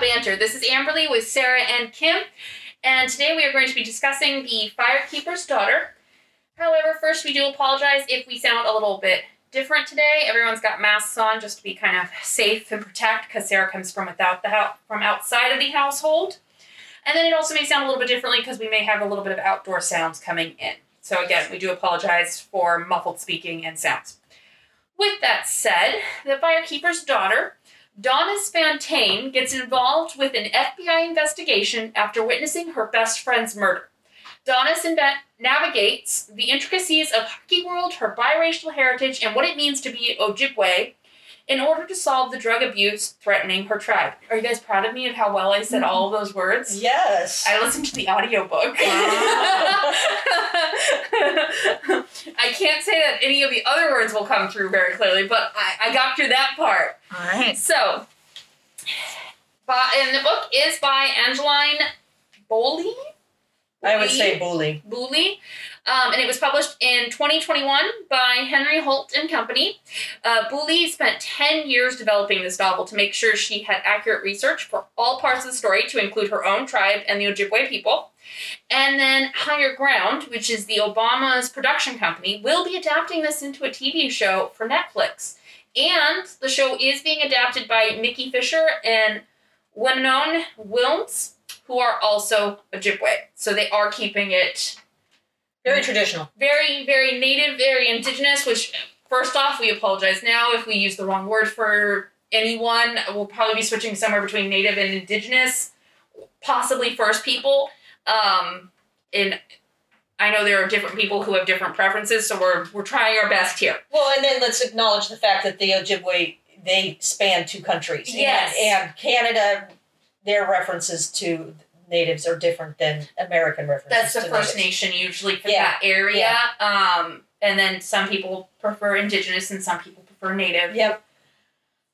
Manager. This is Amberly with Sarah and Kim, and today we are going to be discussing the Firekeeper's Daughter. However, first we do apologize if we sound a little bit different today. Everyone's got masks on just to be kind of safe and protect because Sarah comes from without the house, from outside of the household. And then it also may sound a little bit differently because we may have a little bit of outdoor sounds coming in. So again, we do apologize for muffled speaking and sounds. With that said, the firekeeper's daughter, Donna Spantane, gets involved with an FBI investigation after witnessing her best friend's murder. Donna Sinbad navigates the intricacies of hockey world, her biracial heritage, and what it means to be Ojibwe in order to solve the drug abuse threatening her tribe. Are you guys proud of me of how well I said all of those words? Yes. I listened to the audiobook. Ah. I can't say that any of the other words will come through very clearly, but I, I got through that part. All right. So, by, and the book is by Angeline Boley. I would say bully. Booley, um, and it was published in 2021 by Henry Holt and Company. Uh, Booley spent 10 years developing this novel to make sure she had accurate research for all parts of the story, to include her own tribe and the Ojibwe people. And then Higher Ground, which is the Obama's production company, will be adapting this into a TV show for Netflix. And the show is being adapted by Mickey Fisher and Winone Wilms, who are also Ojibwe. So they are keeping it Very traditional. very, very native, very indigenous, which first off, we apologize now if we use the wrong word for anyone. We'll probably be switching somewhere between native and indigenous, possibly first people. Um, and I know there are different people who have different preferences, so we're, we're trying our best here. Well, and then let's acknowledge the fact that the Ojibwe they span two countries. And- Yes. And, Canada, their references to natives are different than American references. That's the to First natives. Nation usually for Yeah, that area. Um, and then some people prefer indigenous and some people prefer native. Yep.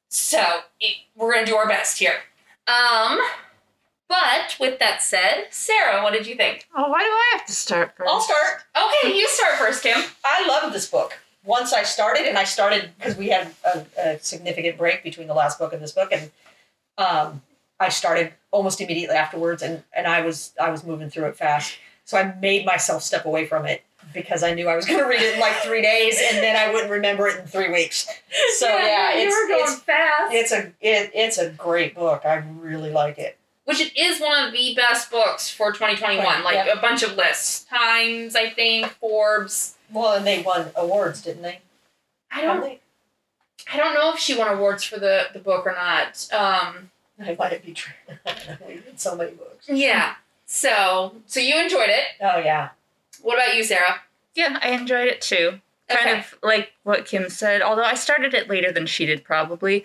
So it, we're gonna do our best here. Um, but with that said, Sarah, what did you think? Oh, why do I have to start first? I'll start. Okay, you start first, Kim. I love this book. Once I started, and I started because we had a, a significant break between the last book and this book, and um, I started almost immediately afterwards, and and I was I was moving through it fast, so I made myself step away from it because I knew I was going to read it in like three days, and then I wouldn't remember it in three weeks. So yeah, you it's, were going it's fast. it's a it, it's a great book. I really like it. Which it is one of the best books for 2021. Right, like yep. a bunch of lists, Times, I think, Forbes. Well, and they won awards, didn't they? I don't, I don't know if she won awards for the the book or not. Um, I might be true. we read so many books. yeah. So, so you enjoyed it. Oh yeah. What about you, Sarah? Yeah, I enjoyed it too. Kind Okay. of like what Kim said, although I started it later than she did probably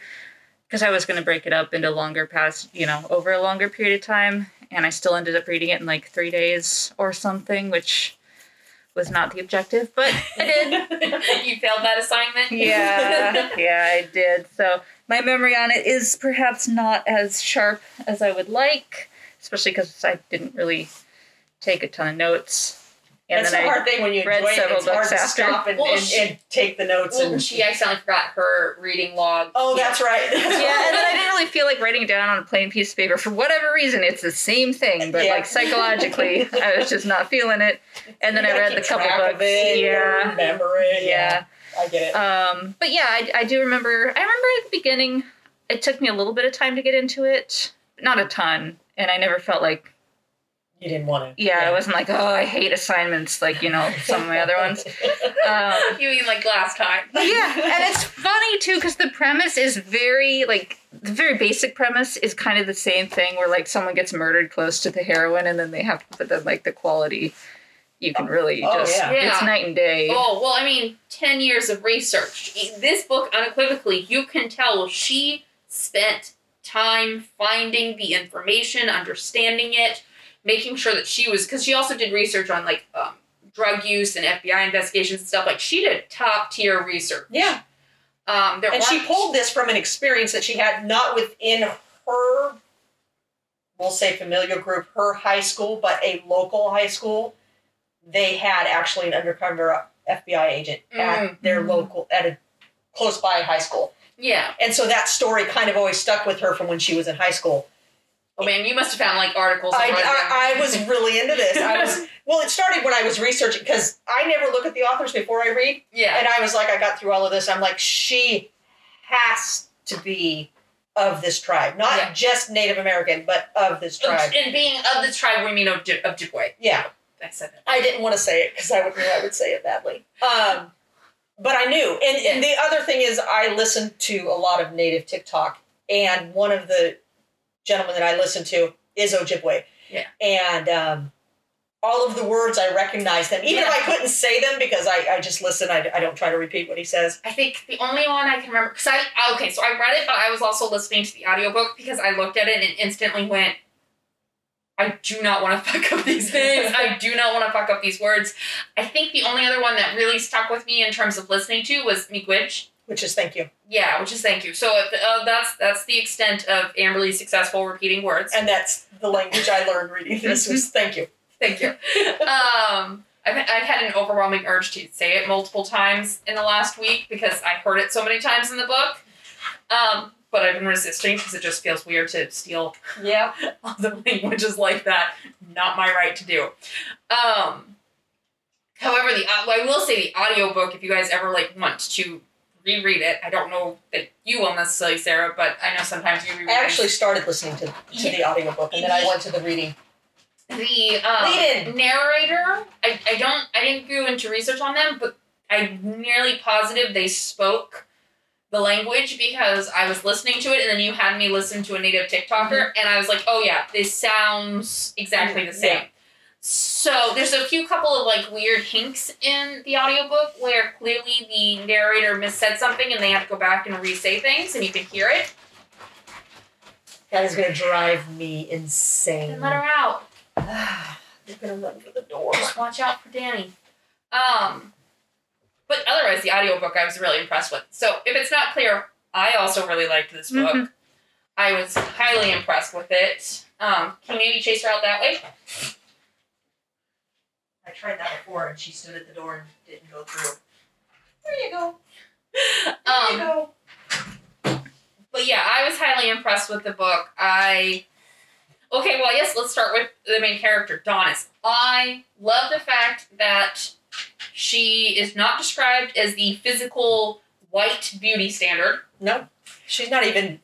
because I was going to break it up into longer past, you know, over a longer period of time, and I still ended up reading it in like 3 days or something, which was not the objective, but I did. you failed that assignment. yeah, yeah, I did. So my memory on it is perhaps not as sharp as I would like, especially because I didn't really take a ton of notes. And That's then the I, hard thing when you read enjoy it. several It's hard books to after. stop and, Well, and, she- and take the notes. Well, and she accidentally forgot her reading log. oh, that's right. yeah, and then I didn't really feel like writing it down on a plain piece of paper for whatever reason. It's the same thing, but Yeah. like psychologically, I was just not feeling it. And then You I gotta read the keep couple track books. Of it, you gotta yeah. remember it. Yeah. I get it. Um, but yeah, I, I do remember. I remember at the beginning, it took me a little bit of time to get into it, not a ton, and I never felt like you didn't want to. yeah, I wasn't like oh I hate assignments like you know some of my other ones. Um, You mean like last time? yeah, and it's funny too because the premise is very like the very basic premise is kind of the same thing where like someone gets murdered close to the heroine and then they have but then like the quality you can really Oh, just yeah. it's Yeah. night and day. Oh, well, I mean, 10 years of research. This book, unequivocally, you can tell she spent time finding the information, understanding it, making sure that she was, because she also did research on like um, drug use and FBI investigations and stuff. Like, she did top tier research. Yeah. Um, there And she aren't- pulled this from an experience that she had not within her, we'll say familiar group, her high school, but a local high school. They had actually an undercover FBI agent at their Mm. local, at a close by high school. Yeah. And so that story kind of always stuck with her from when she was in high school. Oh man, you must have found like articles. to I, write down. I, I was really into this. I was well. It started when I was researching because I never look at the authors before I read, yeah. and I was like, I got through all of this. I'm like, she has to be of this tribe, not Yeah. just Native American, but of this tribe. And being of the tribe, we mean of, Ojib- of Ojibwe. Yeah, I said that. I didn't want to say it because I would knew I would say it badly. Um, but I knew, and, and the other thing is, I listened to a lot of Native TikTok, and one of the gentlemen that I listened to is Ojibwe. Yeah. and um, all of the words I recognize them, even if Yeah. I couldn't say them because I, I just listen. I, I don't try to repeat what he says. I think the only one I can remember because I okay, so I read it, but I was also listening to the audiobook because I looked at it and instantly went, I do not want to fuck up these things. I do not want to fuck up these words. I think the only other one that really stuck with me in terms of listening to was Miigwech. Which is thank you, Yeah, which is thank you. So if, uh, that's that's the extent of Amberly's successful repeating words. and that's the language I learned reading this. Was thank you. Thank you. um, I've, I've had an overwhelming urge to say it multiple times in the last week because I heard it so many times in the book. Um, but I've been resisting because it just feels weird to steal Yeah, other languages like that. Not my right to do. Um, however, the au- I will say the audiobook, if you guys ever like want to reread it, I don't know that you will necessarily, Sarah, but I know sometimes you reread I actually started listening to, to the audiobook, and then I went to the reading. the Lead um, narrator I, I don't i didn't go into research on them but i'm nearly positive they spoke the language because i was listening to it and then you had me listen to a native tiktoker Mm-hmm. and i was like oh yeah this sounds exactly the same Yeah. so there's a few couple of like weird hinks in the audiobook where clearly the narrator missaid something and they had to go back and re-say things and you can hear it That is going to drive me insane. and let her out They're gonna run for the door. Just watch out for Danny. Um, but otherwise, the audiobook I was really impressed with. So if it's not clear, I also really liked this book. Mhm. I was highly impressed with it. Um, can you maybe chase her out that way? I tried that before, and she stood at the door and didn't go through. There you go. There Um, you go. but yeah, I was highly impressed with the book. I okay, well, yes, let's start with the main character, Donis. I love the fact that she is not described as the physical white beauty standard. No, she's not even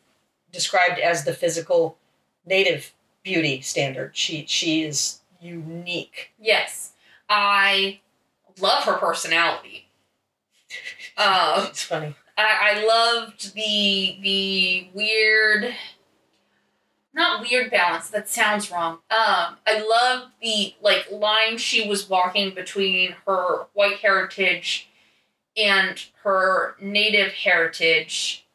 described as the physical native beauty standard. She she is unique. Yes. I love her personality. Um, It's funny. I, I loved the the weird not weird balance, that sounds wrong. Um, I loved the like line she was walking between her white heritage and her native heritage,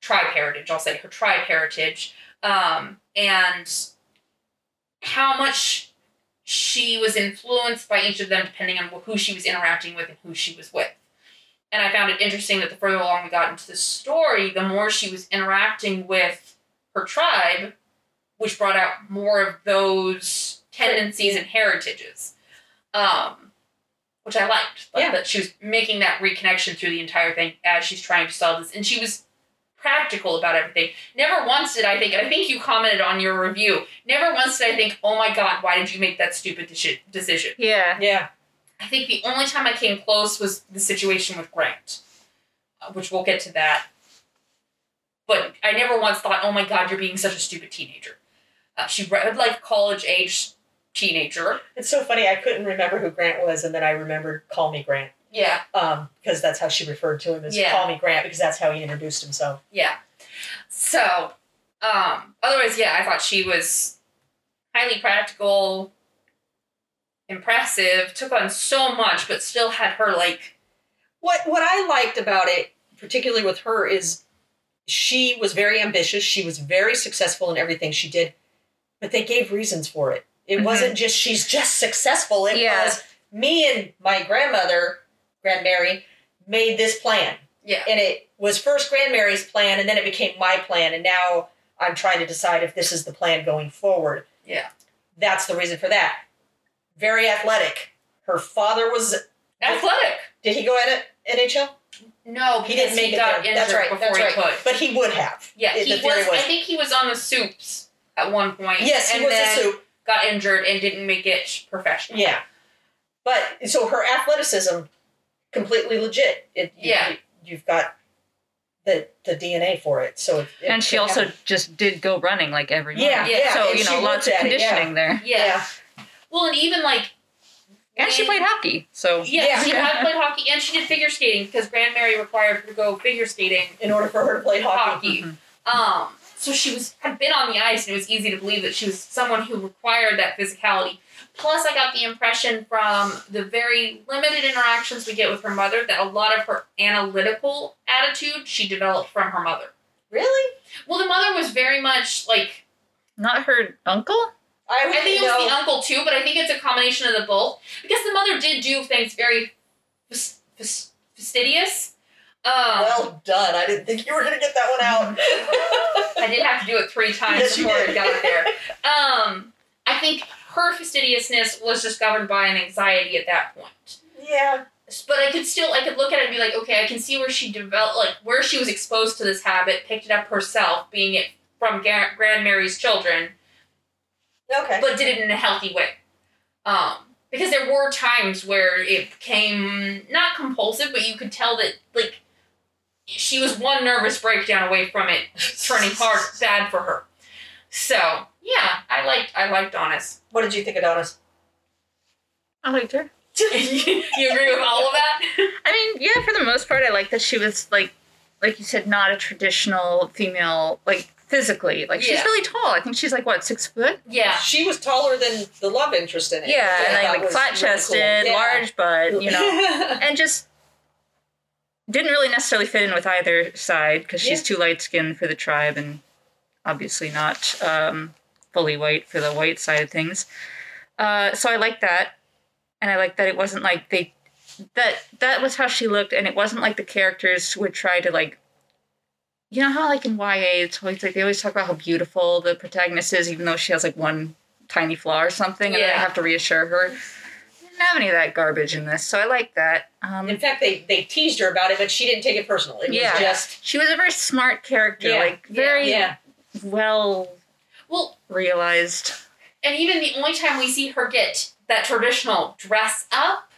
tribe heritage, I'll say her tribe heritage, um, and how much she was influenced by each of them depending on who she was interacting with and who she was with and I found it interesting that the further along we got into the story, the more she was interacting with her tribe, which brought out more of those tendencies and heritages, um, which I liked. Like, Yeah. That she was making that reconnection through the entire thing as she's trying to solve this, and she was practical about everything. Never once did I think. I think you commented on your review. Never once did I think, "Oh my God, why did you make that stupid deci- decision?" Yeah. Yeah. I think the only time I came close was the situation with Grant, uh, which we'll get to that. But I never once thought, oh my god, you're being such a stupid teenager. Uh, she read like college age teenager. It's so funny. I couldn't remember who Grant was, and then I remembered Call Me Grant Yeah, um, because that's how she referred to him as Yeah. Call Me Grant because that's how he introduced himself. yeah. So, um, otherwise, yeah, I thought she was highly practical, impressive, took on so much, but still had her like, what what I liked about it, particularly with her, is she was very ambitious. She was very successful in everything she did, but they gave reasons for it. It Mhm. wasn't just she's just successful. It Yeah. was me and my grandmother, Grand Mary, made this plan, yeah, and it was first Grand Mary's plan, and then it became my plan, and now I'm trying to decide if this is the plan going forward. Yeah. that's the reason for that. Very athletic. Her father was. athletic. Did he go at NHL? No, He because didn't make it got there. injured That's right, before that's he right. could. But he would have. Yeah, It- he the was, theory was- I think he was on the soups. at one point. Yes, and he was then a soup. got injured and didn't make it professional. Yeah, but so her athleticism, completely legit. It, you, Yeah. you, have got the the DNA for it. So it, it and she could also happen. just did go running like every morning. yeah Yeah, yeah. so and you she know, lots of worked at it, yeah. conditioning there. Yeah. Well, and even like. And she when- played hockey, so Yeah, Yeah. she had played hockey and she did figure skating because Grand Mary required her to go figure skating In order for her to play hockey, hockey. Um, so she was had been on the ice, and it was easy to believe that she was someone who required that physicality. Plus, I got the impression from the very limited interactions we get with her mother that a lot of her analytical attitude she developed from her mother. really? Well, the mother was very much like not her uncle. I, I would think it know. was the uncle too, but I think it's a combination of the both because the mother did do things very fas- fas- fastidious. Um, well done. I didn't think you were going to get that one out. I did have to do it three times Yes, you before I did. got there. Um, I think her fastidiousness was just governed by an anxiety at that point. yeah. S- But I could still, I could look at it and be like, okay, I can see where she developed, like where she was exposed to this habit, picked it up herself, being it from Gar- Grand Mary's children, Okay. but did it in a healthy way. Um, because there were times where it became not compulsive, but you could tell that like she was one nervous breakdown away from it turning hard bad for her. So yeah, I liked I liked Honest. What did you think of Adonis? I liked her. you agree with all of that? I mean, yeah, for the most part, I like that she was like, like you said, not a traditional female, like physically. Like she's Yeah. really tall. I think she's like what six foot. Yeah. She was taller than the love interest in Yeah, it. and that like, like was flat chested, really cool. Yeah. large butt, you know, and just didn't really necessarily fit in with either side because she's too light skinned for the tribe and obviously not um, fully white for the white side of things. Uh, so I like that, and I like that it wasn't like they that that was how she looked, and it wasn't like the characters would try to like. You know how like in YA, it's always like they always talk about how beautiful the protagonist is, even though she has like one tiny flaw or something, and then I Yeah. have to reassure her. Didn't have any of that garbage in this, so I like that. Um, In fact, they, they teased her about it, but she didn't take it personally. It Yeah. was just she was a very smart character, Yeah, like yeah, very yeah. well Well, realized. and even the only time we see her get that traditional dress up,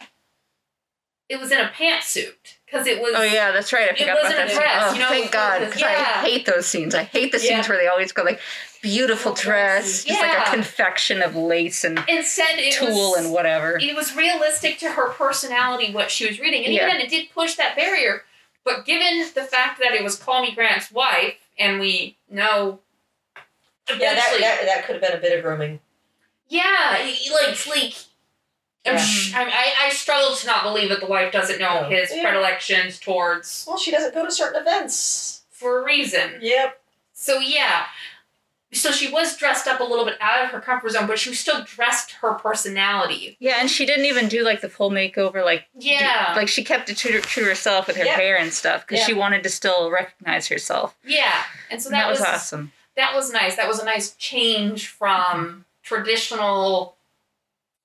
it was in a pantsuit because it was. Oh yeah, that's right. I It forgot wasn't about that. a dress, scene. you oh, know, thank God, because- because yeah. I hate those scenes. I hate the Yeah. scenes where they always go like beautiful dress, Dresses. just like Yeah. a confection of lace and Instead, it tulle was, and whatever. it was realistic to her personality what she was reading and Yeah. even then it did push that barrier but given the fact that it was call me grant's wife and we know Yeah, that, eventually that, that could have been a bit of grooming. yeah it- like like I'm Yeah. sh- I, I I struggle to not believe that the wife doesn't know No. his Yeah. predilections towards Well, she doesn't go to certain events. for a reason. Yep. So yeah. So she was dressed up a little bit out of her comfort zone, but she was still dressed her personality. yeah, and she didn't even do like the full makeover. Like Yeah. like she kept it true, true to herself with her Yeah. hair and stuff because Yeah. she wanted to still recognize herself. yeah. And so And that, was, was awesome. that was nice. That was a nice change from traditional.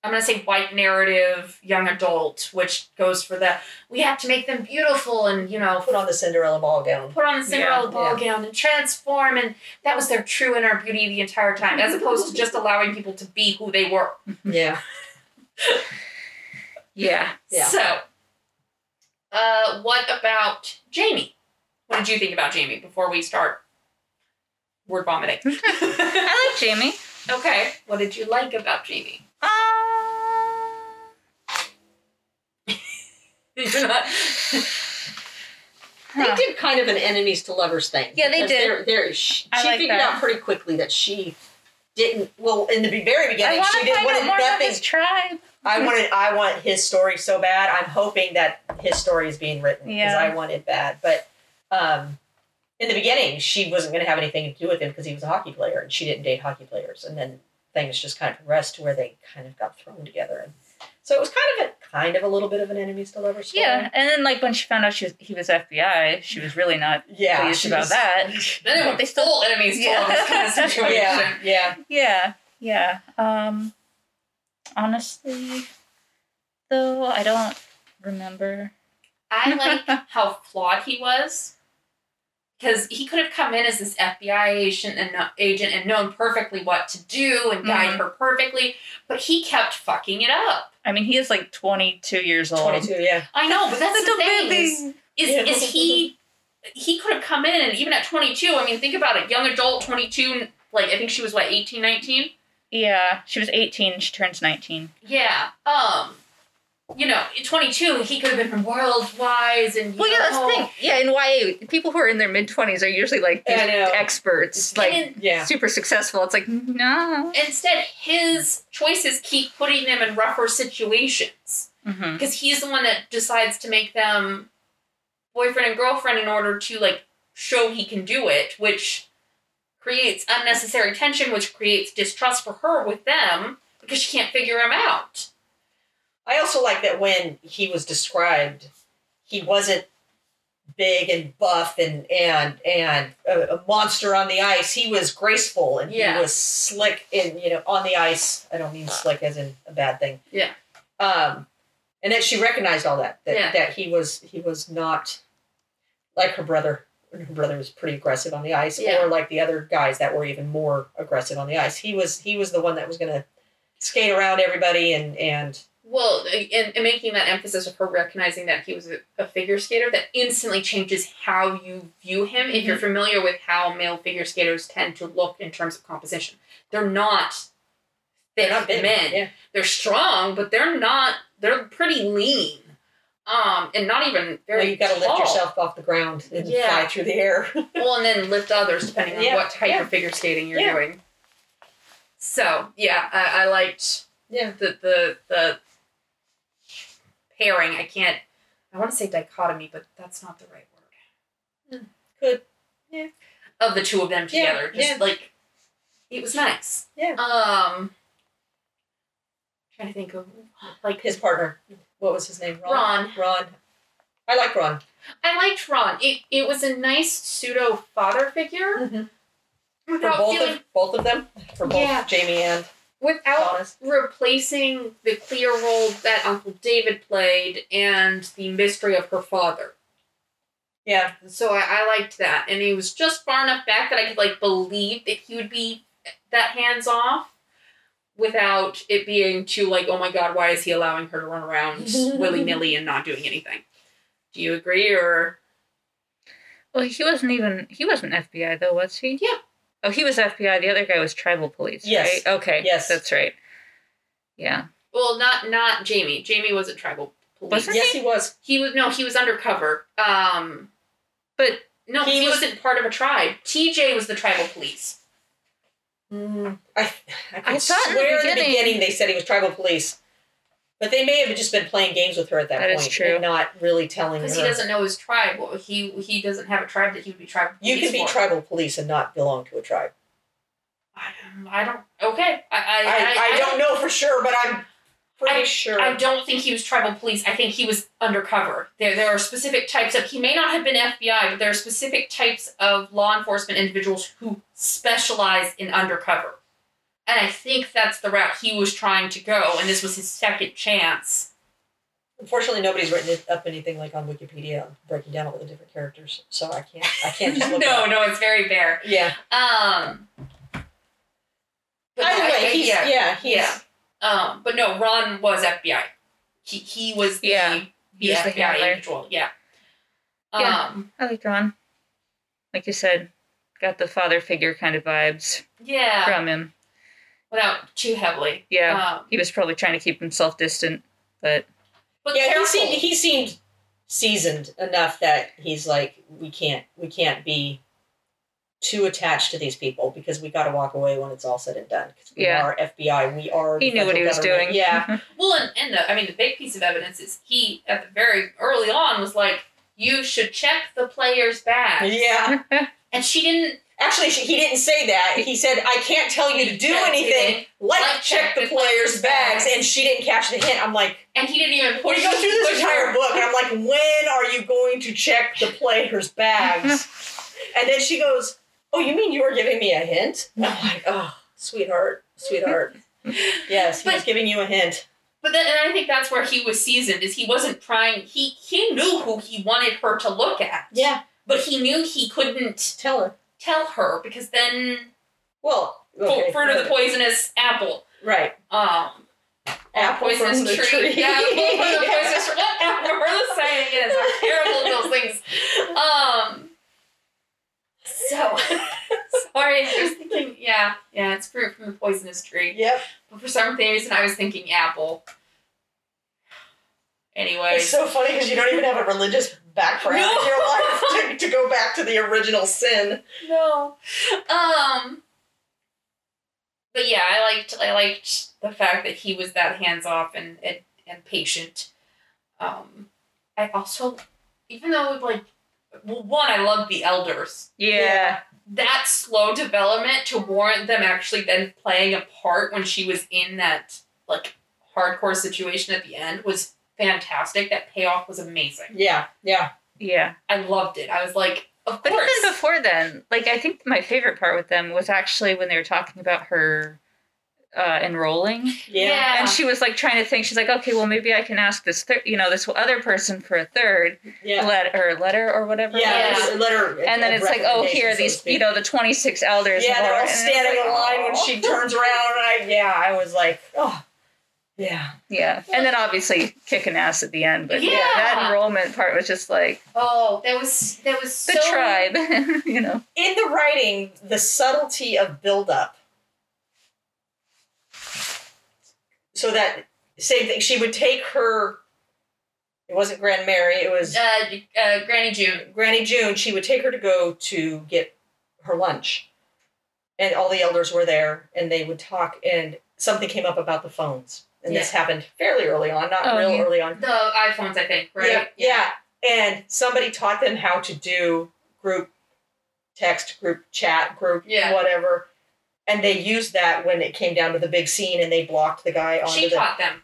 I'm gonna say white narrative, young adult, which goes for the we have to make them beautiful and you know Put on the Cinderella ball gown. put on the Cinderella Yeah, ball gown and transform and that was their true inner beauty the entire time, as opposed to just allowing people to be who they were. Yeah. Yeah. Yeah. So, uh, what about Jamie? What did you think about Jamie before we start word vomiting? I like Jamie. okay, what did you like about Jamie? Um, You're not. Huh. They did kind of an enemies to lovers thing. Yeah, they Because did. They're, they're, she I she like figured that. out pretty quickly that she didn't. Well, in the be- very I beginning, want she to didn't find out want more about nothing. his tribe. I wanted. I want his story so bad. I'm hoping that his story is being written because Yeah. I want it bad. But um, in the beginning, she wasn't going to have anything to do with him because he was a hockey player and she didn't date hockey players. And then things just kind of progressed to where they kind of got thrown together. And so it was kind of a kind of a little bit of an enemies to lovers story. Yeah, and then like when she found out she was, he was FBI, she was really not yeah. pleased she about was- that. Then it would be full enemies to all this kind of situation. Yeah, yeah. Yeah, yeah. Um, honestly, though, I don't remember. I like how flawed he was. because he could have come in as this FBI agent and kno- agent and known perfectly what to do and guide Mm-hmm. her perfectly, but he kept fucking it up. I mean, he is like 22 years old. Twenty two, yeah. I know, but that's the Little thing. baby. Is, is, Yeah. is he? He could have come in and even at 22. I mean, think about it. Young adult, 22. Like I think she was what 18, 19. Yeah, she was 18. She turns 19. Yeah. Um. You know, at 22, he could have been world wise and. you Well, yeah, that's the know, thing. Yeah, in YA, people who are in their mid 20s are usually like I these know. experts, like and Yeah. super successful. It's like, no. instead, his choices keep putting them in rougher situations Mm-hmm. because he's the one that decides to make them boyfriend and girlfriend in order to like show he can do it, which creates unnecessary tension, which creates distrust for her with them because she can't figure him out. I also like that when he was described, he wasn't big and buff and and and a, a monster on the ice. He was graceful and Yeah. he was slick in you know on the ice. I don't mean slick as in a bad thing. Yeah. Um, and that she recognized all that that Yeah. that he was he was not like her brother. Her brother was pretty aggressive on the ice, Yeah. or like the other guys that were even more aggressive on the ice. He was he was the one that was gonna skate around everybody and and Well, and, and making that emphasis of her recognizing that he was a, a figure skater, that instantly changes how you view him if Mm-hmm. you're familiar with how male figure skaters tend to look in terms of composition. They're not thick they're not big men. Yeah. They're strong, but they're not, they're pretty lean. Um, and not even very Well, you've got to lift tall. yourself off the ground and Yeah. fly through the air. Well, and then lift others depending on Yeah, what type yeah. of figure skating you're Yeah. doing. So yeah, I, I liked Yeah. the the the pairing. I can't. I want to say dichotomy, but that's not the right word. Good. Yeah. Of the two of them Yeah, together, just yeah. like it was nice. Yeah. Um. Trying to think of like His partner, what was his name? Ron. Ron. Ron. I like Ron. I liked Ron. It it was a nice pseudo father figure Mm-hmm. For without both feeling of both of them, for both Yeah. Jamie and without Thomas. replacing the clear role that Uncle David played and the mystery of her father. Yeah. So I, I liked that. And he was just far enough back that I could like believe that he would be that hands off without it being too like, oh my god, why is he allowing her to run around willy nilly and not doing anything? Do you agree or Well, he wasn't even, he wasn't FBI though, was he? Yeah. Oh, he was FBI. The other guy was tribal police, Yes. right? Okay. Yes. That's right. Yeah. well not not Jamie. Jamie was a tribal police. Was Yes, he was. He was no, he was undercover. Um But no, He he, was- wasn't part of a tribe. TJ was the tribal police. Mm, I, I, could I thought in the swear in the beginning- beginning they said he was tribal police. But they may have just been playing games with her at that, That is point true. and not really telling her. Because he doesn't know his tribe. Well, he he doesn't have a tribe that he would be tribe. you can be police for. tribal police and not belong to a tribe. I don't- I don't. Okay. I I, I, I, don't know for sure, but I'm pretty sure. I don't think he was tribal police. I think he was undercover. There there are specific types of. He may not have been FBI, but there are specific types of law enforcement individuals who specialize in undercover. And I think that's the route he was trying to go, and this was his second chance. Unfortunately, nobody's written it up anything like on Wikipedia on breaking down all the different characters, so I can't. I can't just no, look. it up. no, it's very fair. Yeah. Um. but Either I- I- way, he's yeah, he's, Yeah. Um, but no, Ron was FBI. He he was the Yeah. the He was the FBI handler. individual. Yeah. Yeah. Um, I like Ron. Like you said, got the father figure kind of vibes yeah. from him. Without too heavily. Yeah. Um, He was probably trying to keep himself distant, but but yeah. He careful. seemed he seemed seasoned enough that he's like, we can't we can't be too attached to these people because we got to walk away when it's all said and done. 'Cause we Yeah. are FBI. We are. he the knew what he federal was government. doing. Yeah. well, and, and the, I mean, the big piece of evidence is he at the very early on was like, "You should check the player's bag," yeah. and she didn't Actually, she- he didn't say that. He said, "I can't tell you to do anything. Like, check the players' bags." And she didn't catch the hint. I'm like. and he didn't even Well, push. you go through this push entire her. book, and I'm like, when are you going to check the players' bags? and then she goes, Oh, you mean you were giving me a hint? And I'm like, Oh, sweetheart, sweetheart. yes, he was But- giving you a hint. But then, and I think that's where he was seasoned. Is he wasn't trying. He he knew who he wanted her to look at. Yeah. but he knew he couldn't Tell her. tell her because then Well, fu- okay. fruit of the poisonous apple. Right. Um, Apple poisonous from the tree. tree. Yeah, apple from the poisonous tree. What apple? We're the same. It is We're terrible at those things. Um. So sorry, I was thinking. Yeah, yeah, it's fruit from the poisonous tree. Yep. But for some reason, I was thinking apple. Anyway, It's so funny because you don't even have a religious background No. in your life to, to go back to the original sin. no. Um. But yeah, I liked I liked the fact that he was that hands off and, and and patient. Um, I also, even though it, like, well, one, I love the elders. Yeah. That slow development to warrant them actually then playing a part when she was in that like hardcore situation at the end was fantastic. That payoff was amazing. Yeah. Yeah. Yeah. I loved it. I was like, of But course. even before then, like I think my favorite part with them was actually when they were talking about her uh, enrolling, Yeah. and she was like trying to think. She's like, okay, well maybe I can ask this, thir- you know, this other person for a third Yeah. let or letter or whatever. it Yeah, Yeah. was. just let her- And then a it's like, oh, here are recommendation, so to these, speak. you know, the twenty six elders. Yeah, they're more. all And it's standing like, "Oh." in line when aw. she turns around. And I, yeah, I was like, oh, yeah. Yeah, and then obviously kicking ass at the end, but yeah, Yeah. that enrollment part was just like oh, that was that was the so tribe, you know. In the writing, the subtlety of buildup. So that same thing, she would take her. It wasn't Grand Mary. It was Uh, uh, Granny June. Granny June, she would take her to go to get her lunch. And all the elders were there and they would talk and something came up about the phones. And this happened fairly early on, not Oh, real yeah. early on. The iPhones, I think, right? Yeah, yeah. And somebody taught them how to do group text, group chat, group Yeah. whatever. And they used that when it came down to the big scene and they blocked the guy onto She the taught them.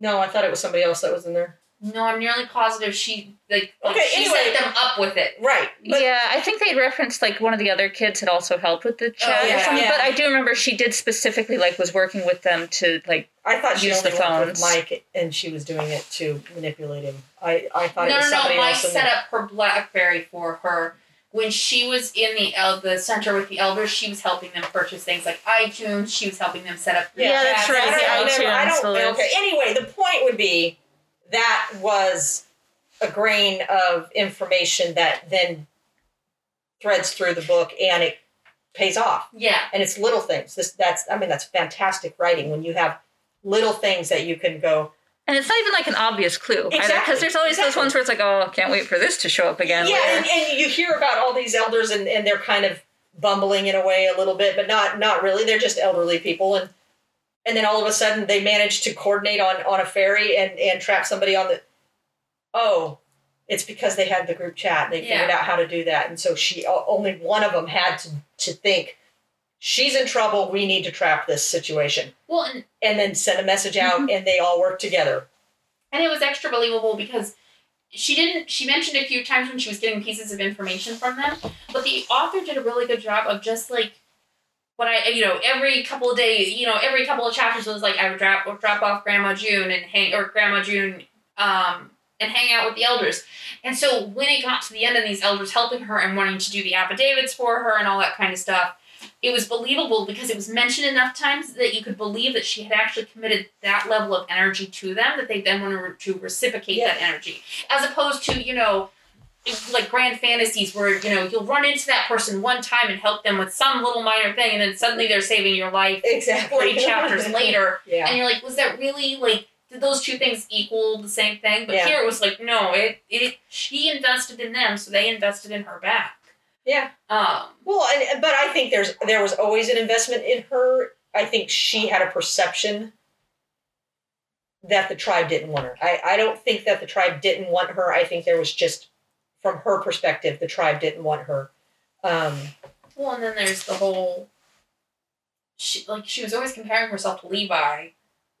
No, I thought it was somebody else that was in there. No, I'm nearly positive she like, like, Okay, she anyway. set them up with it. Right. But yeah, I think they referenced like one of the other kids had also helped with the chat yeah, or something. yeah. But I do remember she did specifically like was working with them to like I thought she Use only the worked with phones. Mike, and she was doing it to manipulate him. I, I No, thought it no, was no. somebody Mike else. in set there. up her BlackBerry for her when she was in the el- the center with the elders. She was helping them purchase things like iTunes. She was helping them set up. Yeah, Yeah, that's apps. right, I the don't, remember- I iTunes don't. list. Okay. Anyway, the point would be that was a grain of information that then threads through the book, and it pays off. Yeah, And it's little things. This that's I mean that's fantastic writing when you have little things that you can go. and it's not even like an obvious clue Exactly, because there's always those exactly. ones where it's like oh can't wait for this to show up again yeah, later. and, and you hear about all these elders, and and they're kind of bumbling in a way a little bit, but not not really. They're just elderly people, and and then all of a sudden they manage to coordinate on on a ferry and and trap somebody on the. Oh, it's because they had the group chat. And they figured Yeah. out how to do that, and so she o- only one of them had to to think. She's in trouble. We need to trap this situation, well, and and then send a message out, Mm-hmm. and they all work together. and it was extra believable because she didn't she mentioned a few times when she was getting pieces of information from them but the author did a really good job of just like what i you know every couple of days you know every couple of chapters was like i would drop or drop off grandma june and hang or grandma june um and hang out with the elders and so when it got to the end and these elders helping her and wanting to do the affidavits for her and all that kind of stuff it was believable because it was mentioned enough times that you could believe that she had actually committed that level of energy to them that they then wanted to reciprocate Yeah. that energy as opposed to you know like grand fantasies where you know you'll run into that person one time and help them with some little minor thing and then suddenly they're saving your life Exactly. 40 chapters later Yeah. and you're like was that really like did those two things equal the same thing but Yeah. here it was like no it, it she invested in them so they invested in her back Yeah. um Well, and, but I think there's there was always an investment in her. I think she had a perception that the tribe didn't want her. I, I don't think that the tribe didn't want her. I think there was just from her perspective, the tribe didn't want her. Um, Well, and then there's the whole. She like she was always comparing herself to Levi,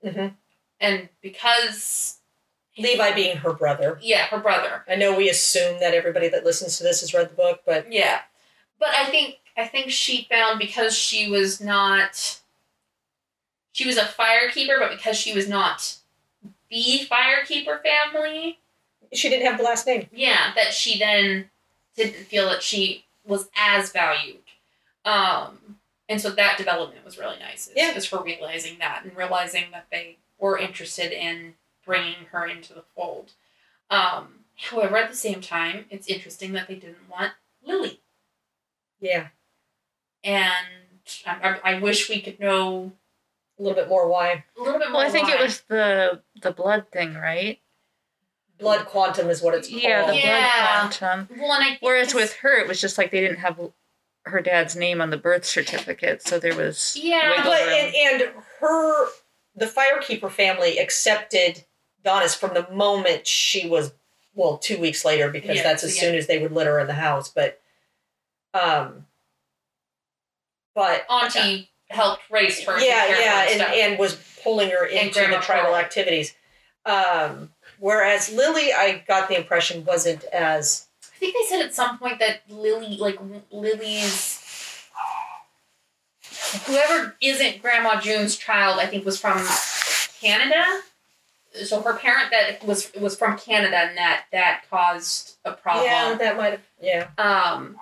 mhm. and because Levi being her brother. yeah, her brother, I know we assume that everybody that listens to this has read the book, but yeah, but I think I think she found because she was not. She was a firekeeper, but because she was not the firekeeper family, she didn't have the last name. yeah, that she then didn't feel that she was as valued. Um, and so that development was really nice. Is, Yeah. is her realizing that and realizing that they were interested in bringing her into the fold. Um, however, at the same time, it's interesting that they didn't want Lily Yeah. and I, I, I wish we could know A little bit more why. a little bit more. Well, I think it why. was the the blood thing, right? Blood quantum is what it's called. Yeah, the Yeah. blood quantum. Well, and I think Whereas it's- with her, it was just like they didn't have her dad's name on the birth certificate, so there was Yeah. wiggle But room. and, and her the firekeeper family accepted Donis from the moment she was well, two weeks later because Yeah, that's as yeah. soon as they would let her in the house, but um but Auntie helped raise her. yeah, take care of her yeah, and and, stuff. and was pulling her And into the Grandma tribal Pearl. activities. Um, whereas Lily, I got the impression wasn't as I think they said at some point that Lily, like Lily's, whoever isn't Grandma June's child, I think was from Canada. So her parent that was was from Canada, and that that caused a yeah. problem. That might have yeah Um,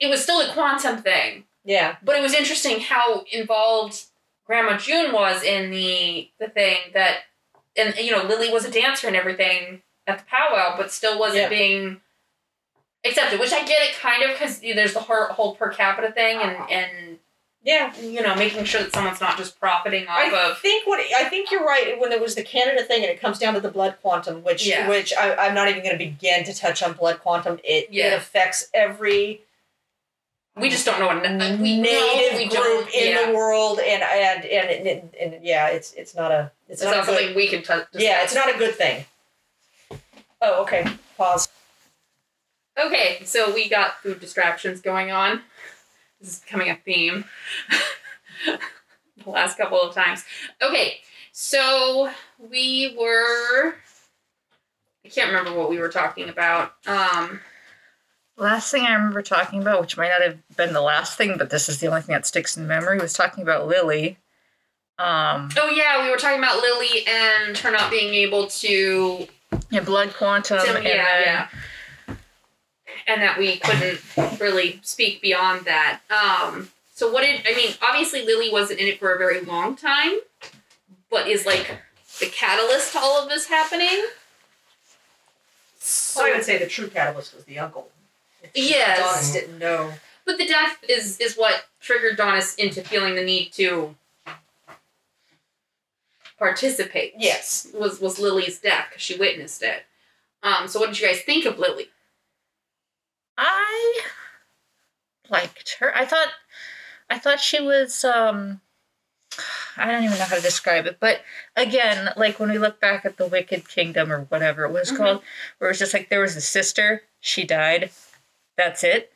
it was still a quantum thing. yeah But it was interesting how involved Grandma June was in the the thing that, and you know, Lily was a dancer and everything at the powwow, but still wasn't Yeah. being accepted. Which I get it kind of because there's the whole, whole per capita thing and and yeah. you know making sure that someone's not just profiting off I of. think what I think you're right when it was the Canada thing, and it comes down to the blood quantum, which Yeah. which I, I'm not even going to begin to touch on blood quantum. It it Yeah. affects every We just don't know enough. Oh, uh, We know native we group don't. in yeah. the world, and and and, and, and, yeah, it's it's not a it's, It's not, not a good, something we can touch. yeah, it's not a good thing. Oh, okay. Pause. Okay, so we got food distractions going on. This is becoming a theme the last couple of times. Okay, so we were. I can't remember what we were talking about. Um, Last thing I remember talking about, which might not have been the last thing, but this is the only thing that sticks in memory, was talking about Lily. Um, oh, yeah, we were talking about Lily and her not being able to. and blood quantum. to- and yeah, then- yeah. And that we couldn't really speak beyond that. Um, so, what did. I mean, obviously, Lily wasn't in it for a very long time, but is like the catalyst to all of this happening. So, say the true catalyst was the uncle. Yes. Donis didn't know. but the death is is what triggered Donis into feeling the need to participate. Yes. was was Lily's death because she witnessed it. Um, so what did you guys think of Lily? I liked her. I thought I thought she was um I don't even know how to describe it, but again, like when we look back at the Wicked Kingdom or whatever it was Mhm. called, where it was just like there was a sister, she died, that's it.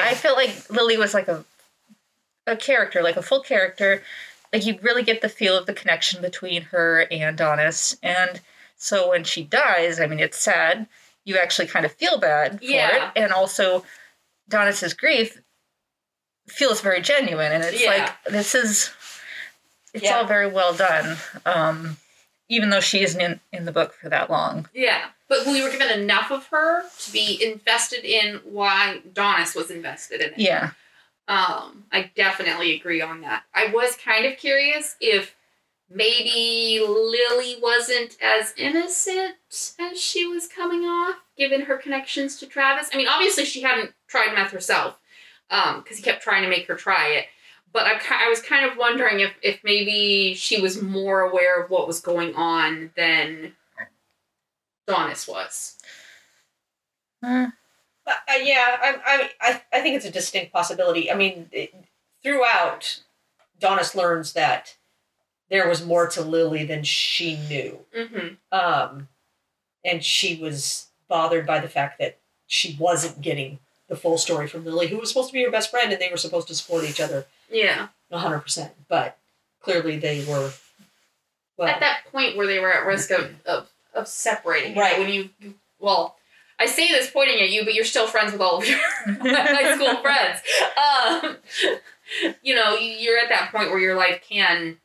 I felt like Lily was like a a character, like a full character. Like you really get the feel of the connection between her and Donis. And so when she dies, I mean it's sad. You actually kind of feel bad for Yeah. it. And also Donis's grief feels very genuine and it's Yeah. like this is it's Yeah. all very well done. Um even though she isn't in, in the book for that long. Yeah, but we were given enough of her to be invested in why Donis was invested in it. Yeah. Um, I definitely agree on that. I was kind of curious if maybe Lily wasn't as innocent as she was coming off, given her connections to Travis. I mean, obviously she hadn't tried meth herself, because he kept trying to make her try it. But I, ki- I was kind of wondering if, if maybe she was more aware of what was going on than Donis was. Uh, Uh, uh, yeah, I, I, I, I think it's a distinct possibility. I mean, it, throughout, Donis learns that there was more to Lily than she knew. Mm-hmm. Um, and she was bothered by the fact that she wasn't getting the full story from Lily, who was supposed to be her best friend and they were supposed to support each other Yeah. 100%. But clearly they were. Well, at that point where they were at risk of of, of separating. you know, Right. when you, you- well, I say this pointing at you, but you're still friends with all of your high school friends. Um, you know, you- you're at that point where your life can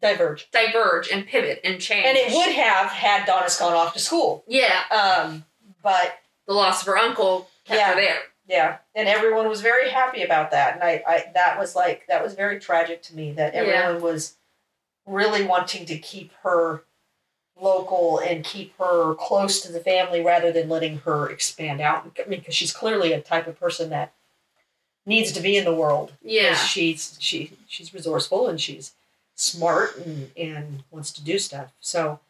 diverged. diverge and pivot and change. And it would have had Donis gone off to school. Yeah, Um, but the loss of her uncle kept Yeah. her there. Yeah, and everyone was very happy about that, and I, I that was like that was very tragic to me that Yeah. everyone was really wanting to keep her local and keep her close to the family rather than letting her expand out. I mean, because she's clearly a type of person that needs to be in the world. 'Cause Yeah. she's she she's resourceful and she's smart and and wants to do stuff. So,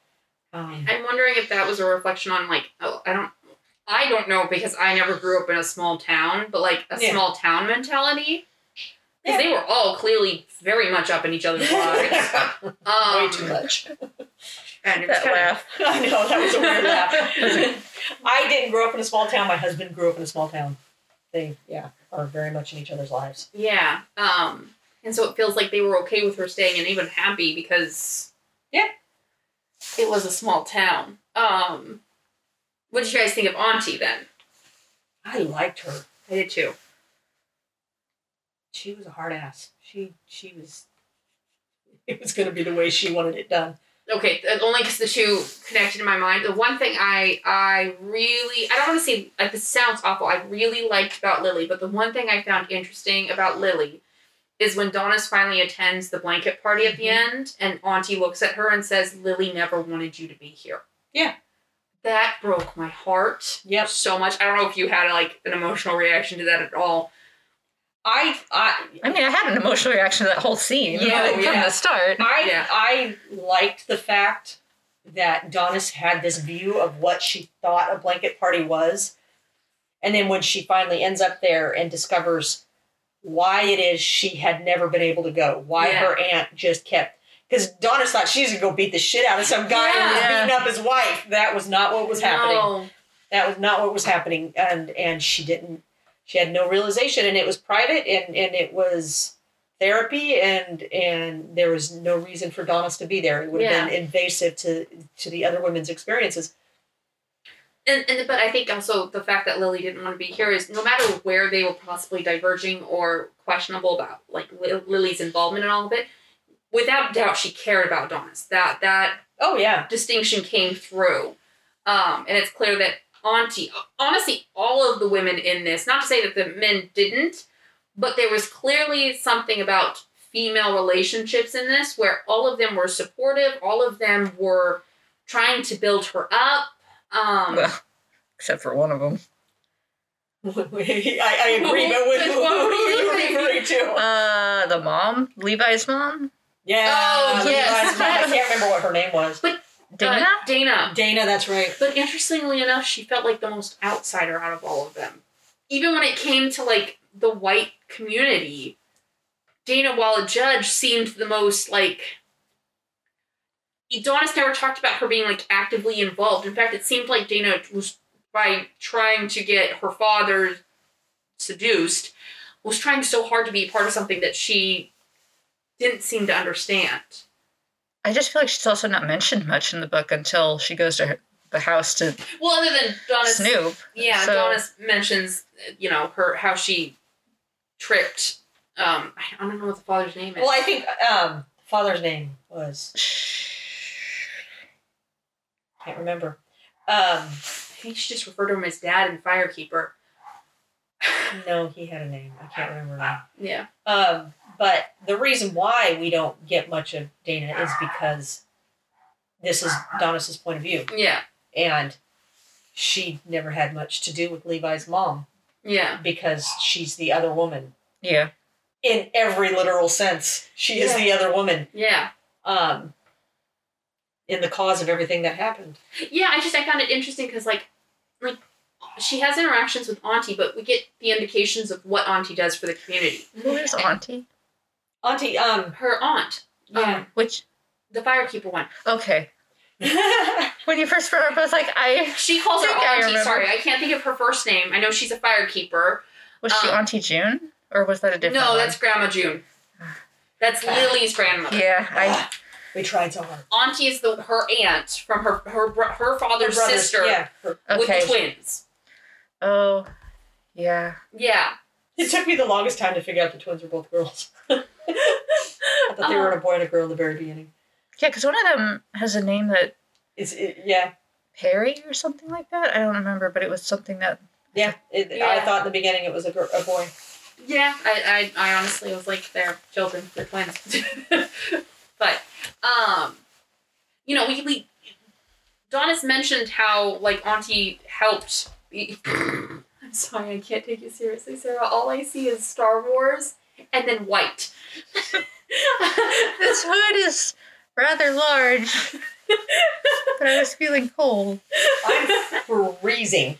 um, I'm wondering if that was a reflection on like oh I don't I don't know because I never grew up in a small town, but like a Yeah. small town mentality. Because Yeah. they were all clearly very much up in each other's lives. Um, way too much. And it was That kinda- laugh. I know that was a weird laugh. I didn't grow up in a small town. My husband grew up in a small town. They, yeah, are very much in each other's lives. yeah. Um, and so it feels like they were okay with her staying and even happy because Yeah. it was a small town. Um, what did you guys think of Auntie then? I liked her. I did too. She was a hard ass. She, she was. It was going to be the way she wanted it done. okay th- only because the two connected in my mind the one thing i i really i don't want to say like this sounds awful i really liked about lily but the one thing i found interesting about lily is when Donis finally attends the blanket party at the Mm-hmm. end and auntie looks at her and says lily never wanted you to be here Yeah. that broke my heart Yep. so much i don't know if you had like an emotional reaction to that at all I, I, I mean, I had an emotional reaction to that whole scene Oh, Yeah, from yeah. the start. I, Yeah. I liked the fact that Donis had this view of what she thought a blanket party was, and then when she finally ends up there and discovers why it is she had never been able to go, why Yeah. her aunt just kept. Because Donis thought she was gonna go beat the shit out of some guy who was Yeah. beating up his wife. That was not what was happening No. that was not what was happening and and she didn't she had no realization and it was private and and it was therapy and and there was no reason for Donis to be there it would have been invasive to to the other women's experiences And, and but I think also the fact that Lily didn't want to be here is no matter where they were possibly diverging or questionable about like Li- Lily's involvement in all of it, without doubt she cared about Donis. That that oh yeah distinction came through, um, and it's clear that Auntie, honestly, all of the women in this. Not to say that the men didn't, but there was clearly something about female relationships in this where all of them were supportive. All of them were trying to build her up. Um, Well, except for one of them. I, I agree but with who are you referring to Uh, the mom, Levi's mom, yeah Oh, Levi's yes. mom. I can't remember what her name was Dana. Uh, Dana. Dana that's right But interestingly enough, she felt like the most outsider out of all of them. Even when it came to like the white community, Dana, while a judge, seemed the most like. Adonis never talked about her being like actively involved. In fact, it seemed like Dana was by trying to get her father seduced, was trying so hard to be a part of something that she didn't seem to understand. I just feel like she's also not mentioned much in the book until she goes to her, the house to Well, other than Adonis Snoop. Yeah, So- Donis mentions, you know, her how she tricked. Um, I don't know what the father's name is. well I think um father's name was can't remember um I think she just referred to him as dad and firekeeper. no he had a name I can't remember now Yeah, Um, but the reason why we don't get much of Dana is because this is Donis's point of view, yeah, and she never had much to do with Levi's mom yeah. because she's the other woman Yeah. in every literal sense. She is Yeah. the other woman Yeah. um, in the cause of everything that happened. Yeah, I just I found it interesting because like like she has interactions with Auntie, but we get the indications of what Auntie does for the community. Who is Auntie? Auntie, um, Her aunt. Yeah. Um, Which, the firekeeper one. okay. yeah, When you first brought her up, I was like, I, She calls her I think I auntie. remember. sorry, I can't think of her first name. I know she's a firekeeper. was she Um, Auntie June? Or was that a different No, one? that's Grandma June. That's Lily's grandmother. Yeah, I, we tried so hard. auntie is the her aunt from her her bro- her Her father's brothers, sister Yeah, her- with okay. the twins. Oh, yeah. Yeah, it took me the longest time to figure out the twins were both girls. I thought they were Uh-huh. a boy and a girl in the very beginning. Yeah, because one of them has a name that It's it, yeah. Perry or something like that. I don't remember, but it was something that Yeah, it, I Yeah. thought in the beginning it was a, gir- a boy. Yeah, I, I, I honestly was like, they're children, they're twins. but, um, you know, we, we, Donna's mentioned how, like, Auntie helped. I'm sorry, I can't take you seriously, Sarah. All I see is Star Wars and then white. This hood is rather large, but I was feeling cold. I'm freezing.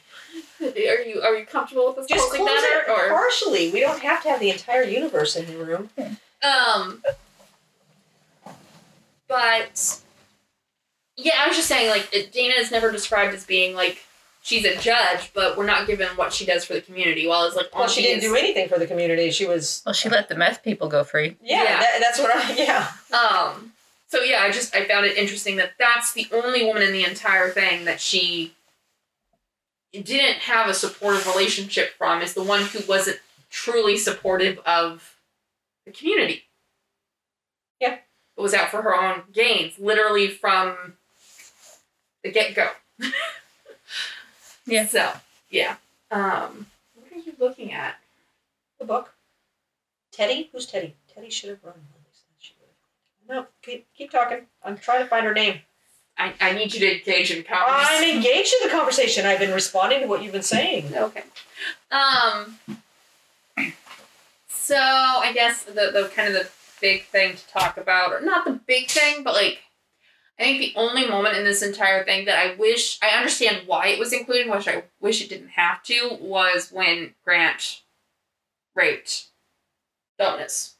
are you are you comfortable with us Just closing close that it or, partially. We don't have to have the entire universe in the room. Um, but yeah, I was just saying, like it- Dana is never described as being like she's a judge, but we're not given what she does for the community. While it's like Well, all she didn't Oh, is- do anything for the community. She was. Well, she let the meth people go free. Yeah, Yeah. That, that's what I. Yeah. Um, so yeah, I just I found it interesting that that's the only woman in the entire thing that she didn't have a supportive relationship from is the one who wasn't truly supportive of the community. Yeah. It was out for her own gains, literally from the get go. Yeah. So yeah. Um, what are you looking at? The book. Teddy? Who's Teddy? Teddy should have run. She would have. No, keep, keep talking. I'm trying to find her name. I, I need you to engage in conversation. I'm engaged in the conversation. I've been responding to what you've been saying. Okay. Um. So I guess the the kind of the big thing to talk about, or not the big thing, but like I think the only moment in this entire thing that I wish I understand why it was included, which I wish it didn't have to, was when Grant raped Donus.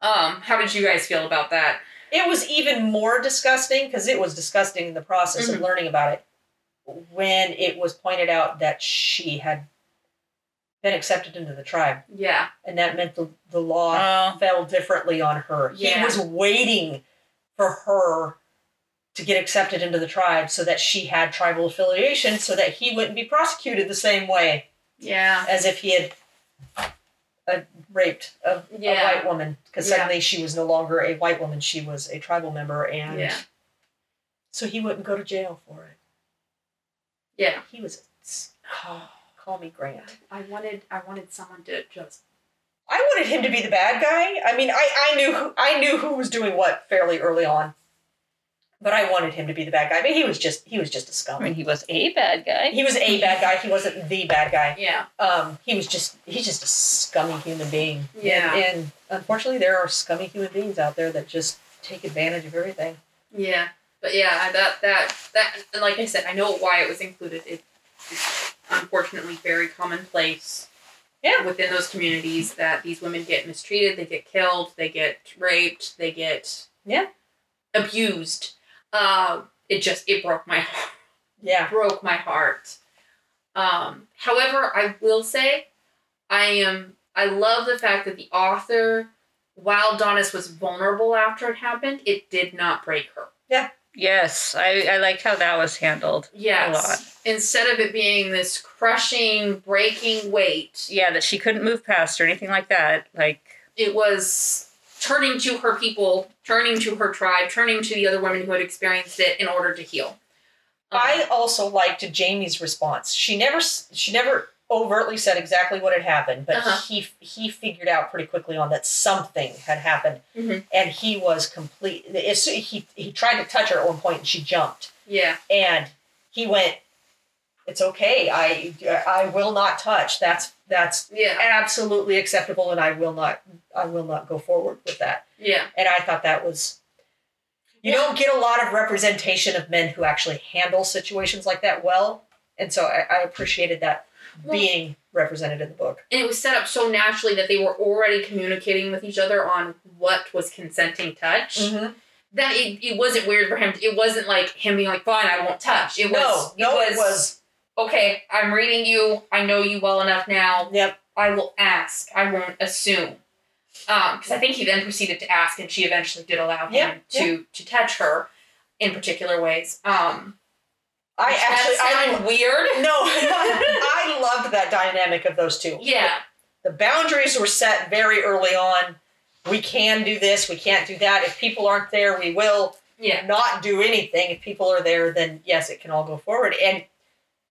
Um, how did you guys feel about that? It was even more disgusting because it was disgusting in the process of learning about it when it was pointed out that she had been accepted into the tribe. Yeah. And that meant the, the law Oh. fell differently on her. He Yeah. was waiting for her to get accepted into the tribe so that she had tribal affiliation so that he wouldn't be prosecuted the same way Yeah. as if he had uh, raped a, a Yeah. white woman because Yeah. suddenly she was no longer a white woman she was a tribal member and Yeah. so he wouldn't go to jail for it Yeah. he was oh, call me grant I wanted I wanted someone to just I wanted him to be the bad guy. I mean, I, I knew who, I knew who was doing what fairly early on, but I wanted him to be the bad guy. But he was just he was just a I scum. mean, he was a bad guy. he was a bad guy. He wasn't the bad guy. Yeah. Um, he was just he's just a scummy human being. Yeah. And, and unfortunately, there are scummy human beings out there that just take advantage of everything. Yeah, but yeah, that that that, and like I said, I know why it was included. It, it's unfortunately very commonplace. Yeah. Within those communities, that these women get mistreated, they get killed, they get raped, they get Yeah. abused. Uh, it just it broke my heart Yeah. broke my heart. Um, however, I will say, I am I love the fact that the author, while Donis was vulnerable after it happened, it did not break her. Yes, I, I liked how that was handled. Yes. A lot. Instead of it being this crushing, breaking weight, Yeah, that she couldn't move past or anything like that. Like, it was turning to her people, turning to her tribe, turning to the other women who had experienced it in order to heal. Um, I also liked Jamie's response. She never s- she never overtly said exactly what had happened, but Uh-huh. he he figured out pretty quickly on that something had happened, Mhm. and he was complete. If so- he he tried to touch her at one point, and she jumped, yeah, and he went, "It's okay. I I will not touch. That's that's yeah, absolutely acceptable, and I will not I will not go forward with that." yeah, And I thought that was. You Yeah. don't get a lot of representation of men who actually handle situations like that well. And so I, I appreciated that Well- being represented in the book. and it was set up so naturally that they were already communicating with each other on what was consenting touch. Mm-hmm. That it, it wasn't weird for him. to- it wasn't like him being like, "Fine, I won't touch." It No, was, no, it was okay. I'm reading you. I know you well enough now. Yep. I will ask. I won't assume. Because I think he then proceeded to ask, and she eventually did allow him Yeah, to to touch her in particular ways. Um, I which actually, that I sounded weird. no, I loved that dynamic of those two. Yeah, The boundaries were set very early on. We can do this. We can't do that. If people aren't there, we will. yeah, not do anything. If people are there, then yes, it can all go forward. And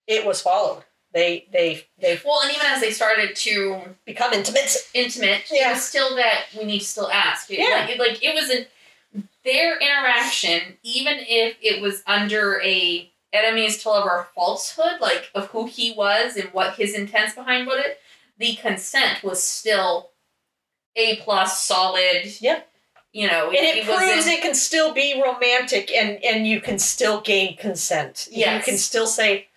it was followed. They they they Well, and even as they started to become intimate. intimate, it Yeah. was still that we need to still ask. It- Yeah. Like, it, like it was an their interaction, even if it was under a enemies to lover falsehood, like of who he was and what his intents behind what it, the consent was still a plus solid. Yep. You know, And it, proves wasn't- it can still be romantic and and you can still gain consent. Yes. You can still say,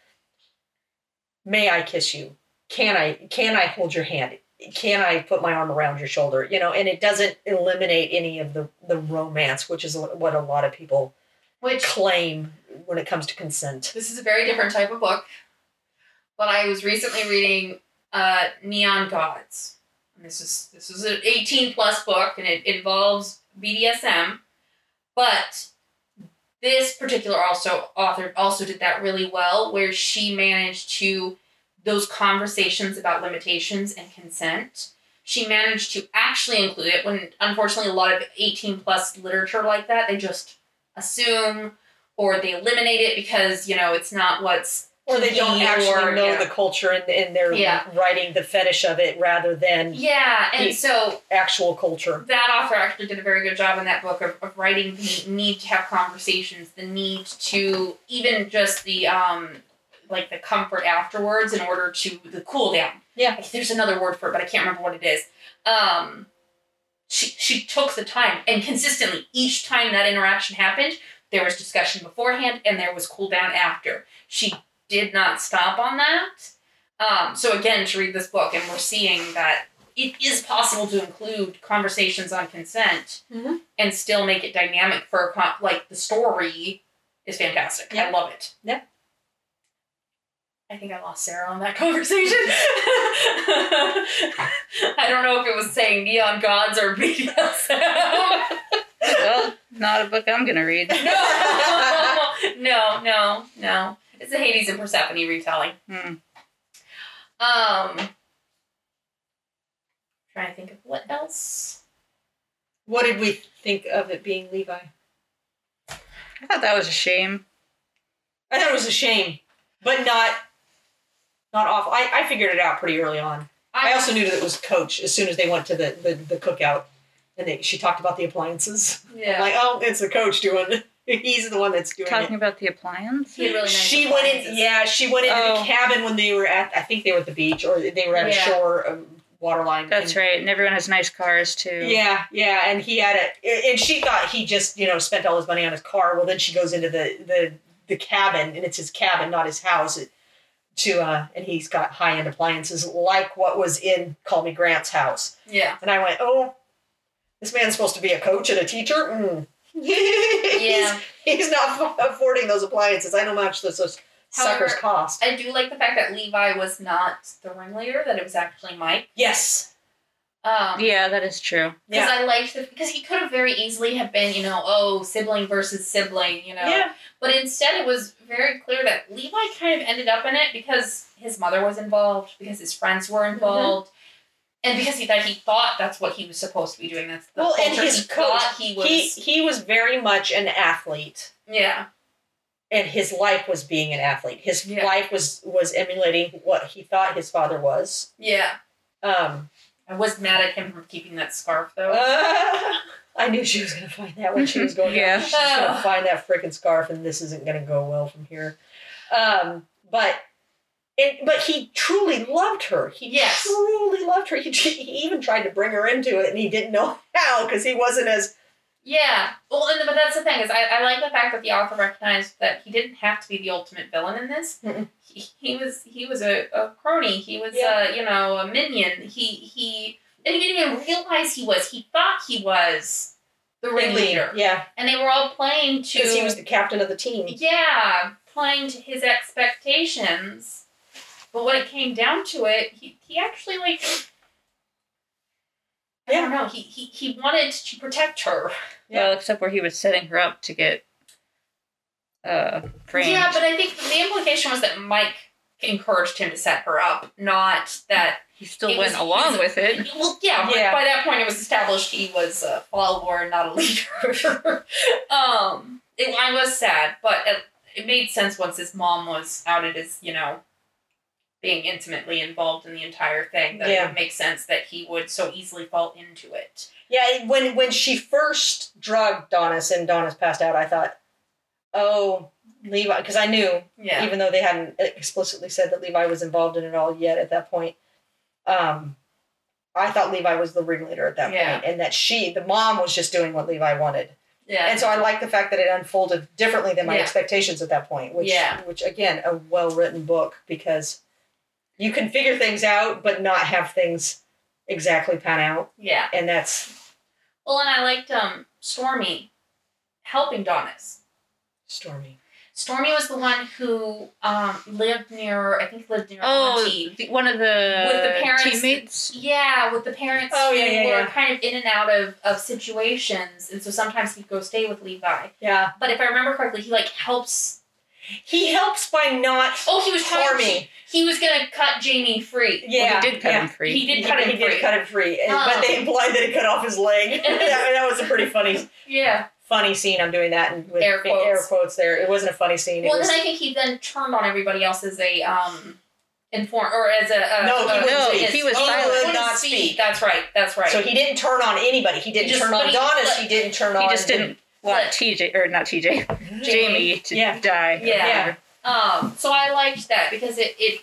May I kiss you? Can I can I hold your hand? Can I put my arm around your shoulder? You know, and it doesn't eliminate any of the, the romance, which is what a lot of people which claim when it comes to consent. This is a very different type of book, but I was recently reading uh, Neon Gods. And This is this is an eighteen plus book, and it involves BDSM, but this particular also author also did that really well, where she managed to those conversations about limitations and consent. She managed to actually include it when unfortunately a lot of 18 plus literature like that, they just assume or they eliminate it because, you know, it's not what's Or they don't actually Or, know yeah. the culture and, and they're Yeah. writing the fetish of it rather than Yeah, and Yeah. so actual culture. that author actually did a very good job in that book of, of writing the need to have conversations, the need to even just the um like the comfort afterwards in order to the cool down. Yeah. Like, there's another word for it, but I can't remember what it is. Um she she took the time and consistently each time that interaction happened, there was discussion beforehand and there was cool down after. She did not stop on that. Um, so again, to read this book, and we're seeing that it is possible to include conversations on consent Mhm. and still make it dynamic for a con- like the story is fantastic. I Yeah. love it. Yeah. I think I lost Sarah on that conversation. I don't know if it was saying neon gods or BDSM. well, not a book I'm gonna read. no, no, no, no. It's a Hades and Persephone retelling. Hmm. Um, trying to think of what else. What did we think of it being Levi? I thought that was a shame. I thought it was a shame, but not not awful. I, I figured it out pretty early on. I also knew that it was Coach as soon as they went to the the, the cookout, and they, she talked about the appliances. yeah. Like, oh, it's the coach doing. it. He's the one that's doing it. Talking about the appliance. He had really nice she went in. appliances. Yeah, she went into Oh. the cabin when they were at. I think they were at the beach or they were at Yeah. a shore um, waterline. That's right, and everyone has nice cars too. Yeah, yeah, and he had a, and she thought he just you know spent all his money on his car. Well, then she goes into the the the cabin, and it's his cabin, not his house. To uh, and he's got high end appliances like what was in Call Me Grant's house. Yeah. And I went, oh, this man's supposed to be a coach and a teacher. Mm. Yeah. he's, he's not affording those appliances. I know how much those, those suckers However- cost. I do like the fact that Levi was not the ringleader; that it was actually Mike. Yes. Um, Yeah, that is true. Because I liked the because he could have very easily have been, you know, oh, sibling versus sibling, you know. Yeah. But instead, it was very clear that Levi kind of ended up in it because his mother was involved, because his friends were Mm-hmm. involved, and because he that he thought that's what he was supposed to be doing. That's the Well, and culture his he thought coach, he was. He he was very much an athlete. yeah, and his life was being an athlete. His Yeah. life was was emulating what he thought his father was. yeah. Um, I was mad at him for keeping that scarf though. ah, I knew she was gonna find that when she was going. Yeah. out. she's gonna Oh. find that freaking scarf, and this isn't gonna go well from here. Um, but it, but he truly loved her. He Yes. truly loved her. He, tr- he even tried to bring her into it, and he didn't know how because he wasn't as Yeah. Well, and, but that's the thing is I, I like the fact that the author recognized that he didn't have to be the ultimate villain in this. Mm-mm. He, he was he was a, a crony. He was Yeah. a you know a minion. He he and he didn't even realize he was. He thought he was the ringleader, Yeah, and they were all playing to because he was the captain of the team. yeah playing to his expectations. But when it came down to it, he, he actually like. I don't know. He, he he wanted to protect her. Yeah. Well, except where he was setting her up to get uh framed. Yeah, but I think the implication was that Mike encouraged him to set her up, not that. he still it went was- along with it. Well, yeah, Yeah. But by that point it was established he was a follower, not a leader. um, it, I was sad, but it, it made sense once his mom was outed as you know being intimately involved in the entire thing that it Yeah. would make sense that he would so easily fall into it. Yeah, when when she first drugged Donis and Donis passed out, I thought, oh, Levi, because I knew, Yeah. even though they hadn't explicitly said that Levi was involved in it all yet at that point, um, I thought Levi was the ringleader at that point, Yeah. and that she, the mom, was just doing what Levi wanted. yeah. And so I like the fact that it unfolded differently than my Yeah. expectations at that point, which, Yeah. which again, a well written book because you can figure things out but not have things exactly pan out, yeah. and that's Well, and I liked um, Stormy helping Donis. Stormy. Stormy was the one who um, lived near, I think lived near Oh, Auntie. the- one of the, With the parents- teammates. Yeah, with the parents Oh, yeah, who yeah, were yeah. kind of in and out of, of situations. And so sometimes he'd go stay with Levi. Yeah. But if I remember correctly, he like helps. He helps by not Oh, he was trying Stormy. He was going to cut Jamie free. Yeah. well, he did cut yeah. him free. He did He cut did- him he did free. cut him free, and- Oh. but they implied that it cut off his leg. that, that was a pretty funny, Yeah. funny scene. I'm doing that and with Air big air quotes. quotes there. It wasn't a funny scene. Well, it was, then I think he then turned on everybody else as a um, inform or as a. a No, he a- wouldn't a- speak. He was Oh, silent. wouldn't Not speak. That's right. That's right. So he didn't turn on anybody. He didn't He just- turn on but he- Donis. but- He didn't turn on. He just didn't want But- TJ or not TJ, Jamie to Yeah. die. or Yeah. whatever. Um, so I liked that because it, it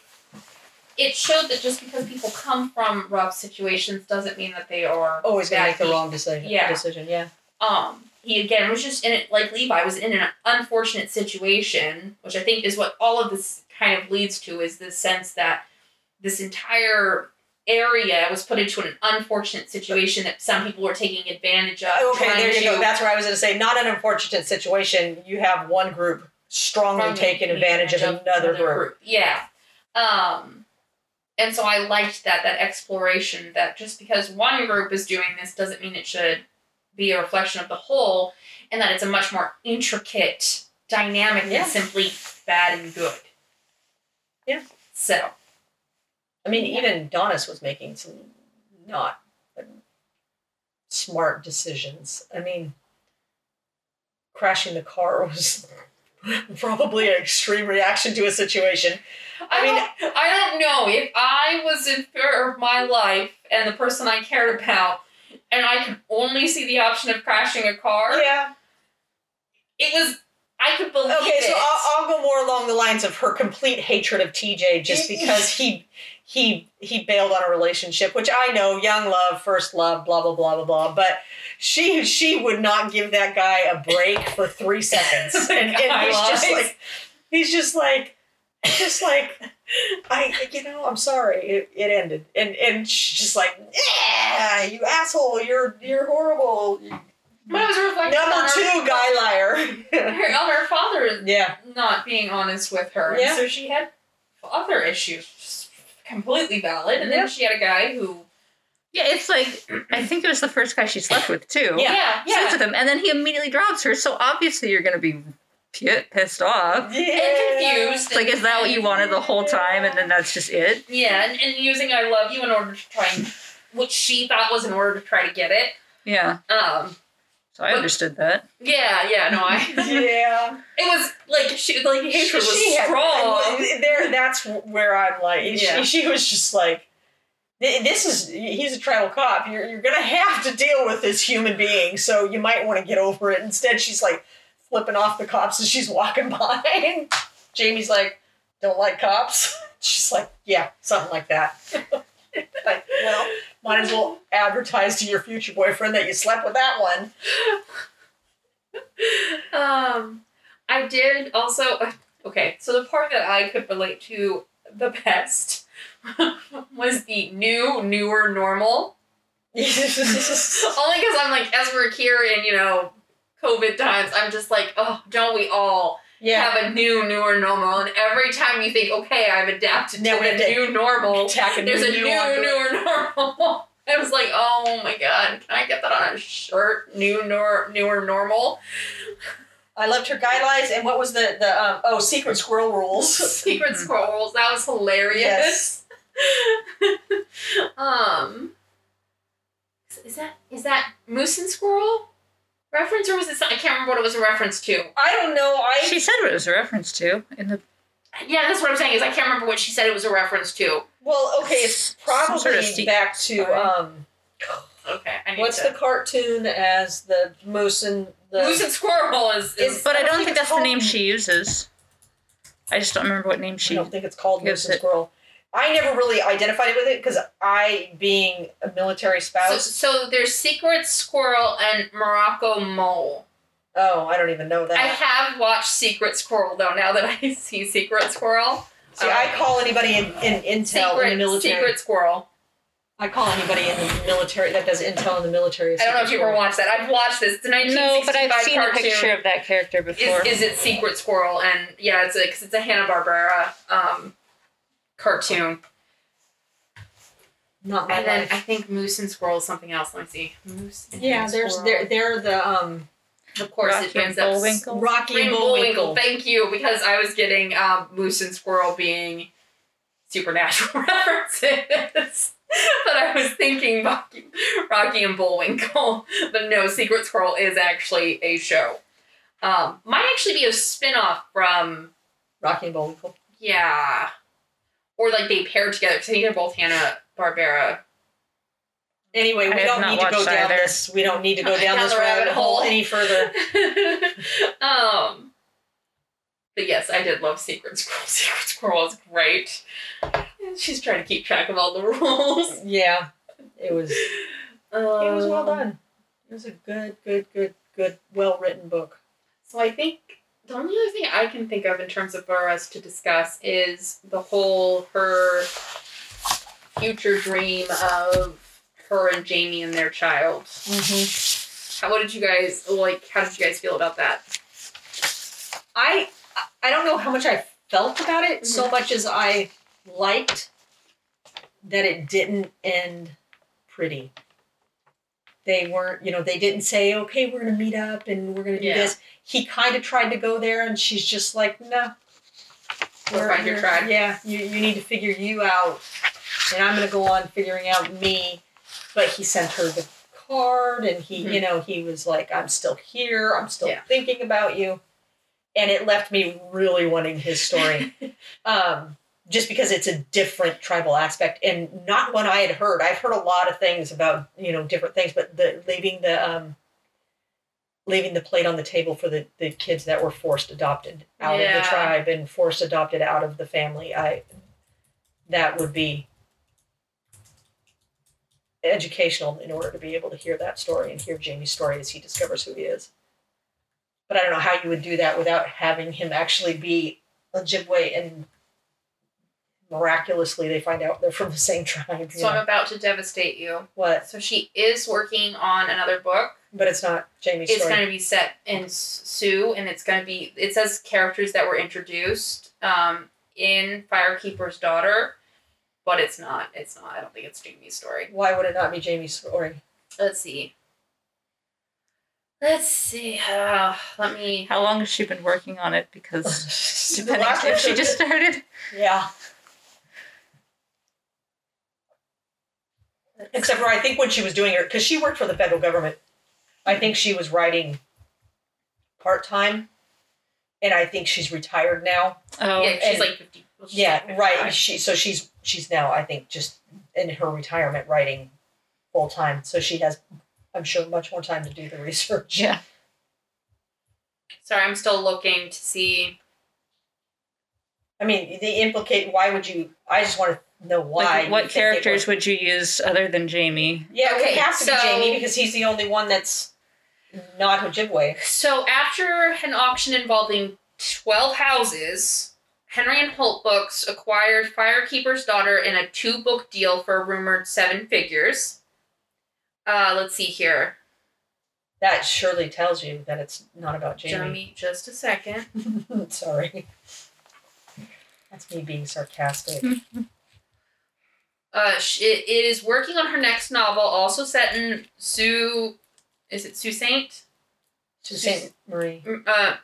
it showed that just because people come from rough situations doesn't mean that they are Always gonna that make the he- wrong decision. Yeah. Decision. Yeah. Um, he again was just in it like Levi was in an unfortunate situation, which I think is what all of this kind of leads to is this sense that this entire area was put into an unfortunate situation that some people were taking advantage of. Okay. trying There you to- go. That's where I was gonna say. Not an unfortunate situation. You have one group strongly strongly taking advantage of another group. Yeah. Um, and so I liked that that exploration that just because one group is doing this doesn't mean it should be a reflection of the whole, and that it's a much more intricate dynamic Yeah. than simply bad and good. Yeah. So I mean, Yeah. even Donis was making some not smart decisions. I mean, crashing the car was probably an extreme reaction to a situation. I I mean, don't, I don't know if I was in fear of my life and the person I cared about, and I could only see the option of crashing a car. yeah. It was I could believe Okay, it. so I'll, I'll go more along the lines of her complete hatred of TJ just because he he he bailed on a relationship, which I know, young love, first love, blah blah blah blah blah. But she she would not give that guy a break for three seconds, and, and he's just Guy-wise. like he's just like just like I you know I'm sorry it, it ended and and she's just like yeah you asshole you're you're horrible But it was a reflection number on her, two guy liar Her, on her father yeah not being honest with her. Yeah. So she had other issues, completely valid. And then Yeah. she had a guy who, Yeah, it's like I think it was the first guy she slept with too. Yeah. yeah, She slept with him, and then he immediately drops her. So obviously you're gonna be pi- pissed off. yeah and confused. It's like, is that what you wanted the whole time? And then that's just it. Yeah, and, and using "I love you" in order to try and, which she thought was in order to try to get it. Yeah. Um. So I But- understood that. Yeah, yeah, no, I. yeah It was like she like hatred was had- strong. there that's where I'm like she- Yeah. she, was just like "Th- this is he's a tribal cop you're, you're gonna have to deal with this human being so you might want to get over it instead she's like flipping off the cops as she's walking by Jamie's like don't like cops she's like yeah something like that like well might as well advertise to your future boyfriend that you slept with that one Um, I did also. uh, Okay, so the part that I could relate to the best was the new, newer normal. Only because I'm like, as we're here in, you know, COVID times, I'm just like, oh, don't we all yeah have a new, newer normal? And every time you think, okay, I've adapted Now we to have the to new normal, Tack there's a new, new onto it. newer normal. I was like, oh my god, can I get that on a shirt? New, nor- newer normal? I loved her guidelines and what was the the um, oh secret squirrel rules. Secret Scrolls. That was hilarious. Yes. um, is that is that Moose and Squirrel reference or was it? Some, I can't remember what it was a reference to. I don't know. I She said what it was a reference to in the Yeah, that's what I'm saying is I can't remember what she said it was a reference to. Well, okay, it's probably Some sort of steep back to spine. um, Okay, I need what's to. the cartoon as the moose and the Moose and Squirrel is, is Is- But I I don't don't think think it's that's the called- name she uses. I just don't remember what name I she. don't think it's called gives moose and it- squirrel. I never really identified it with it because I, being a military so, spouse, so there's Secret Squirrel and Morocco Mole. oh, I don't even know I that. have watched Secret Squirrel though. Now that I see Secret Squirrel, See, I call anybody in, in intel in the Secret military. Secret Squirrel. I call anybody in the military that does intel in the military. I don't know if you ever Squirrel. watched that. I've watched this. It's a 1965 No, but I've seen a cartoon. picture of that character before. Is, is it Secret Squirrel? And yeah, it's a because it's a Hanna Barbera um, cartoon. Not my And then life. I think Moose and Squirrel is something else. Let me see. Moose. And yeah, there's they're Squirrel. they're the um Of course, it Rocky and brings up s- Bullwinkle. Rocky and Rainbow Bullwinkle. Bullwinkle. Thank you, because I was getting um, Moose and Squirrel being supernatural references. But I was thinking Rocky, Rocky and Bullwinkle. But no, Secret Squirrel is actually a show. Um, might actually be a spin off from Rocky and Bullwinkle. Yeah. Or like they paired together because I think they're both Hanna Barbera. Anyway, we I have don't not need to go watched down either. this. We don't need to go down Down this the rabbit rabbit hole hole. any further. um But yes, I did love Secret Squirrel. Secret Squirrel is great. And She's trying to keep track of all the rules. Yeah, it was. It was well Um, done. It was a good, good, good, good, well written book. So I think the only other thing I can think of in terms of for us to discuss is the whole her future dream of her and Jamie and their child. Mm-hmm. How what did you guys like how did you guys feel about that? I I don't know how much I felt about it so Mm-hmm. much as I liked that it didn't end pretty. They weren't, you know, they didn't say, "Okay, we're gonna meet up and we're gonna do Yeah. this." He kind of tried to go there, and she's just like, "No, Go find your tribe. Yeah, you, you need to figure you out, and I'm gonna go on figuring out me. But he sent her the card, and he, you know, he was like, "I'm still here. I'm still Mm-hmm. Yeah. thinking about you," and it left me really wanting his story, um, just because it's a different tribal aspect and not one I had heard. I've heard a lot of things about you know different things, but the leaving the um, leaving the plate on the table for the, the kids that were forced adopted out of Yeah. the tribe and forced adopted out of the family i that would be educational in order to be able to hear that story and hear jamie's story as he discovers who he is but i don't know how you would do that without having him actually be ojibwe and miraculously they find out they're from the same tribe you So know. I'm about to devastate you. what So she is working on another book. but it's not jamie's It's story going to be set in S- Sioux, and it's going to be. It says characters that were introduced um, in Firekeeper's Daughter, but it's not. It's not. I don't think it's Jamie's story. why would it not be jamie's story Let's see. Let's see. Uh, let me. How long has she been working on it? Because The depending last if she episode- just started. Yeah. Except for I think when she was doing her, because she worked for the federal government, I think she was writing part time, and I think she's retired now. Oh, Yeah, she's and- like fifty. well, she's like Yeah, 55. right. She so she's she's now I think just in her retirement writing full time, so she has I'm sure much more time to do the research. yeah. Sorry, I'm still looking to see. I mean, they implicate. Why would you? I just want to know why. Like, you what think they were- characters would you use other than Jamie? Yeah, it Okay, would have to so- be Jamie because he's the only one that's not Ojibwe. So after an auction involving 12 houses, Henry and Holt Books acquired Firekeeper's Daughter in a two-book deal for a rumored seven figures. Uh, let's see here. That surely tells you that it's not about Jamie. Jamie, just a second. Sorry. That's me being sarcastic. Uh, sh- it it is working on her next novel, also set in Sioux. Is it Sioux Saint? to St. Marie. uh,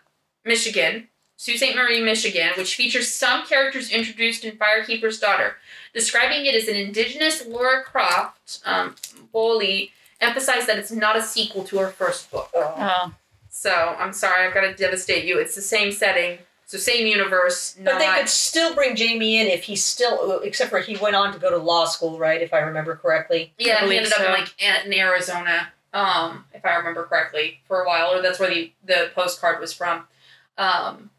Michigan, Sault Ste. Marie, Michigan, which features some characters introduced in Firekeeper's Daughter. Describing it as an indigenous Laura Croft, um, Bowley emphasized that it's not a sequel to her first book. Oh. Oh, So I'm sorry, I've got to devastate you. It's the same setting, So same universe, But not they could still bring Jamie in if he's still, except for he went on to go to law school, right? If I remember correctly. yeah. He believe ended up in so. like a- in Arizona, um, if I remember correctly, for a while, or that's where the the postcard was from. Um,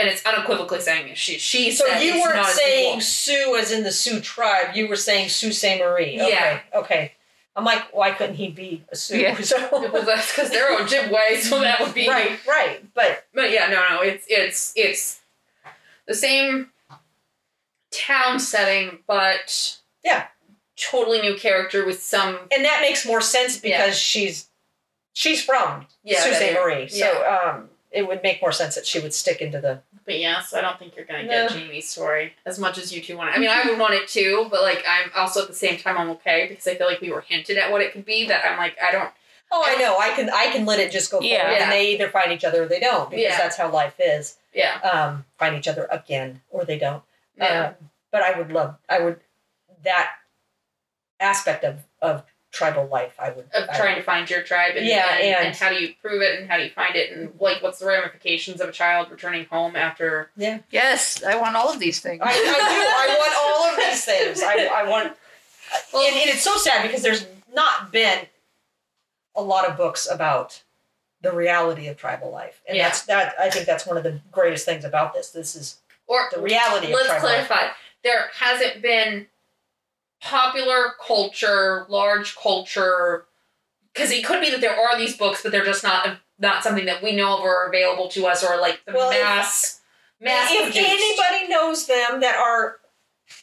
and it's unequivocally saying she she So said you it's weren't not a saying sequel. Sue as in the Sioux tribe. You were saying Sault Ste. Marie. Okay. Yeah. Okay. I'm like, why couldn't he be a Sioux? Yeah. Well, So, that's because they're Ojibwe, so that would be right, right. But But yeah, no, no, it's it's it's the same town setting, but Yeah. totally new character with some and that makes more sense because she's she's from yeah. Sault Ste. that- Marie. So um, it would make more sense that she would stick into the. But yeah, so I don't think you're gonna No. get Jamie's story as much as you two want. it. I mean, I Mm-hmm. would want it too, but like I'm also at the same time I'm okay because I feel like we were hinted at what it could be. That I'm like I don't. Oh, I know. I can I can let it just go forward, Yeah. and they either find each other or they don't because Yeah. that's how life is. Yeah. Um, find each other again or they don't. Yeah. Um, but I would love, I would, that aspect of, of tribal life, I would. of I trying to find your tribe and, Yeah, and, and- and how do you prove it and how do you find it and like what's the ramifications of a child returning home after Yes, I want all of these things. I, I do. I want all of these things. I, I want, Well- and, and it's so sad because there's not been a lot of books about the reality of tribal life, and Yeah. that's that. I think that's one of the greatest things about this. This is or the reality of let's tribal life. clarify there hasn't been popular culture large culture because it could be that there are these books but they're just not not something that we know of or are available to us or like the Well, if- mass mass if produced. anybody knows them that are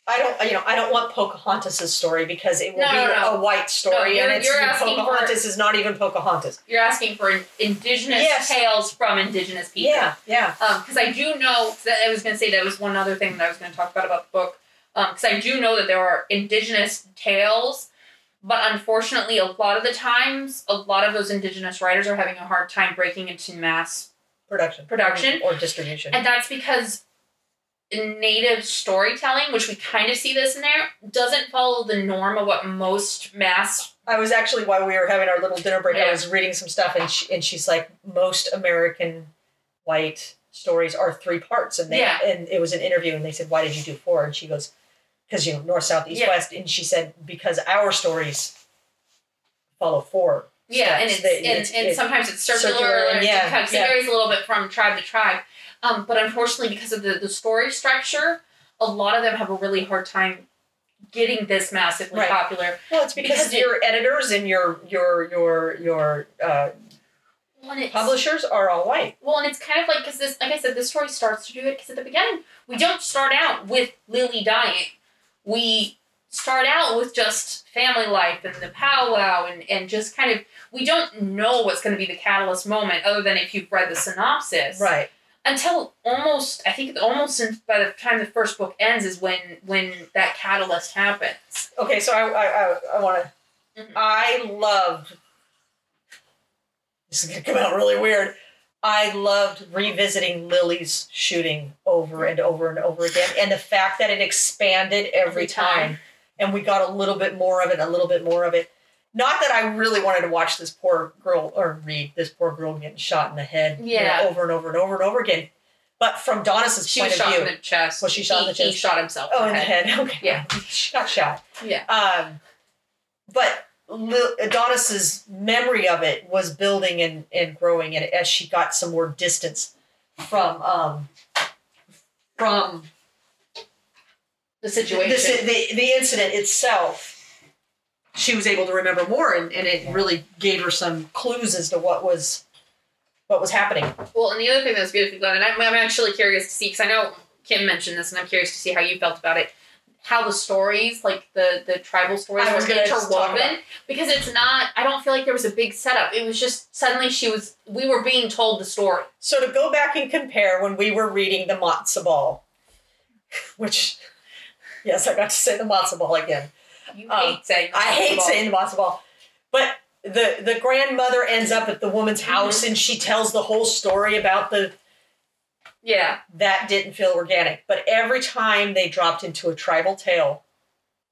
I don't you know I don't want Pocahontas' story because it will No, be no, no. a white story you're- and it's you're asking Pocahontas is not even Pocahontas. you're asking for indigenous Yes. tales from indigenous people Yeah, yeah. because Um, I do know that I was going to say that was one other thing that I was going to talk about about the book because I do know that there are indigenous tales, but unfortunately, a lot of the times, a lot of those indigenous writers are having a hard time breaking into mass Production. Production. or distribution. and that's because native storytelling, which we kind of see this in there, doesn't follow the norm of what most mass. I was actually while we were having our little dinner break, I Yeah. was reading some stuff and she, and she's like most American white stories are three parts and they Yeah. and it was an interview and they said why did you do four and she goes because you know north south east Yeah. west and she said because our stories follow four Yeah, and steps. it's, They- and, and sometimes it's circular, circular, or it yeah, kind of yeah. varies a little bit from tribe to tribe. Um, but unfortunately, because of the, the story structure, a lot of them have a really hard time getting this massively Right. popular. Well, it's because, Because it- your editors and your your your your uh, Well, and it's, publishers are all white. Well, and it's kind of like because this, like I said, this story starts to do it because at the beginning we don't start out with Lily dying. We start out with just family life and the powwow and and just kind of we don't know what's going to be the catalyst moment other than if you've read the synopsis, Right. Until almost, I think almost in, by the time the first book ends is when when that catalyst happens. Okay. So I I I, I want to. Mhm. I loved. This is gonna come out really weird. I loved revisiting Lily's shooting over and over and over again, and the fact that it expanded every Every time. time, and we got a little bit more of it, a little bit more of it. Not that I really wanted to watch this poor girl or read this poor girl getting shot in the head, you know, Yeah. over and over and over and over again. But from Donis's She point was of shot view, in the chest. Was she shot in He- the He chest? shot himself. Oh, in in the the head. head. Okay. Yeah. She got shot. Yeah. Um, but Lil- Adonis's memory of it was building and, and growing, and as she got some more distance from um, from The the, situation. the, the incident itself, she was able to remember more, and, and it really gave her some clues as to what was what was happening. Well, and the other thing that's beautifully done, and I'm, I'm actually curious to see because I know Kim mentioned this, and I'm curious to see how you felt about it. How the stories, like the the tribal stories, I were was gonna talk interwoven about- because it's not. I don't feel like there was a big setup. It was just suddenly she was. We were being told the story. So to go back and compare when we were reading the matzo ball, which yes, I got to say the matzo ball again. You Um, hate saying. I hate basketball. saying the matzo ball, but the the grandmother ends up at the woman's Mm-hmm. house and she tells the whole story about the Yeah, that didn't feel organic. But every time they dropped into a tribal tale,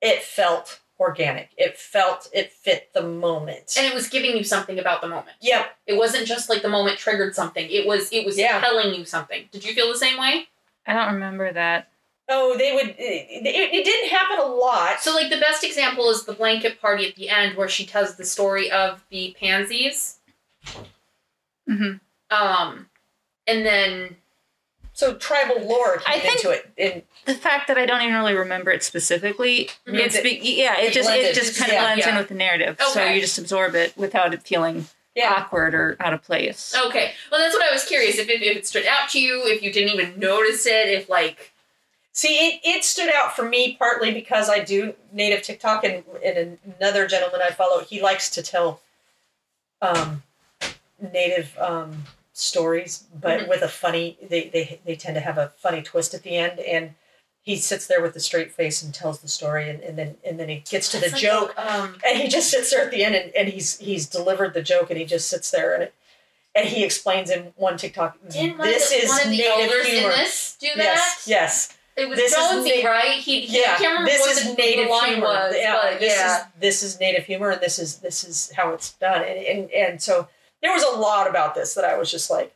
it felt organic. It felt it fit the moment. And it was giving you something about the moment. yeah, It wasn't just like the moment triggered something. It was it was Yeah. telling you something. Did you feel the same way? I don't remember that. oh, they would. It, it, it didn't happen a lot. So like the best example is the blanket party at the end where she tells the story of the pansies. hmm Um and then so tribal lore came I think- into it, and The fact that I don't even really remember it specifically, Mhm. it's be- yeah, it It just it blended. just kind of Yeah, blends in yeah. with the narrative, so Okay. you just absorb it without it feeling yeah, awkward or out of place. okay. Well that's what I was curious if, if if it stood out to you, if you didn't even notice it, if like See, it, it stood out for me partly because I do native TikTok, and, and another gentleman I follow, he likes to tell um, native um, stories, but Mhm. with a funny, they, they, they tend to have a funny twist at the end. And he sits there with a straight face and tells the story, and, and then and then he gets to the it's like, joke, Um and he just sits there at the end and, and he's he's delivered the joke and he just sits there and it, and he explains in one TikTok didn't one this of the, is one of the native elders humor. in this do that? yes, yes. It was This is Jonesy, na- right? He, he I Yeah, can't remember this what is the, native the line humor. was, yeah, but this yeah. is this is native humor, and this is this is how it's done. And and, and so there was a lot about this that I was just like,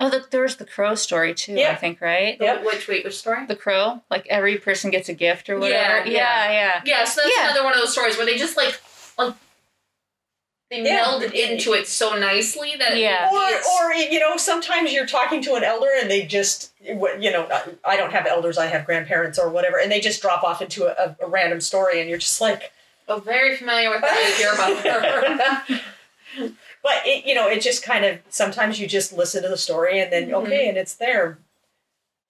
Oh, the, there was the crow story too. I Yeah. think right. Yep. Which wait, which story? The crow, like every person gets a gift or whatever. Yeah, yeah. yeah. Yeah, so that's Yeah. another one of those stories where they just like like they Yeah. melded into it so nicely that Yeah. it's- or or you know, sometimes you're talking to an elder and they just what- you know, I don't have elders, I have grandparents or whatever, and they just drop off into a, a random story, and you're just like, oh, very familiar with that. I hear about her. but it, you know, it just kind of sometimes you just listen to the story and then Mhm. okay, and it's there.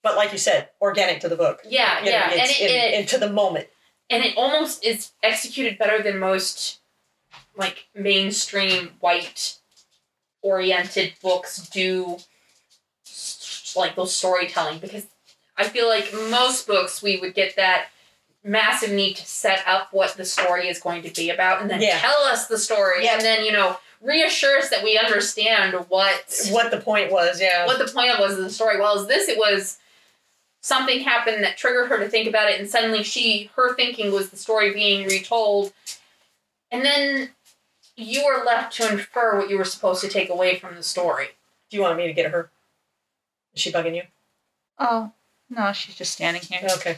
But like you said, organic to the book. yeah, You know, yeah, and it's it, in- it into the moment. and it almost is executed better than most like mainstream white oriented books do s- like those storytelling because i feel like most books we would get that massive need to set up what the story is going to be about and then Yeah. tell us the story Yeah. and then you know reassure us that we understand what what the point was. Yeah. what the point of was of the story. Well, as this, it was something happened that triggered her to think about it, and suddenly she, her thinking was the story being retold, and then you were left to infer what you were supposed to take away from the story. Do you want me to get her? Is she bugging you? Oh no, she's just standing here. Okay.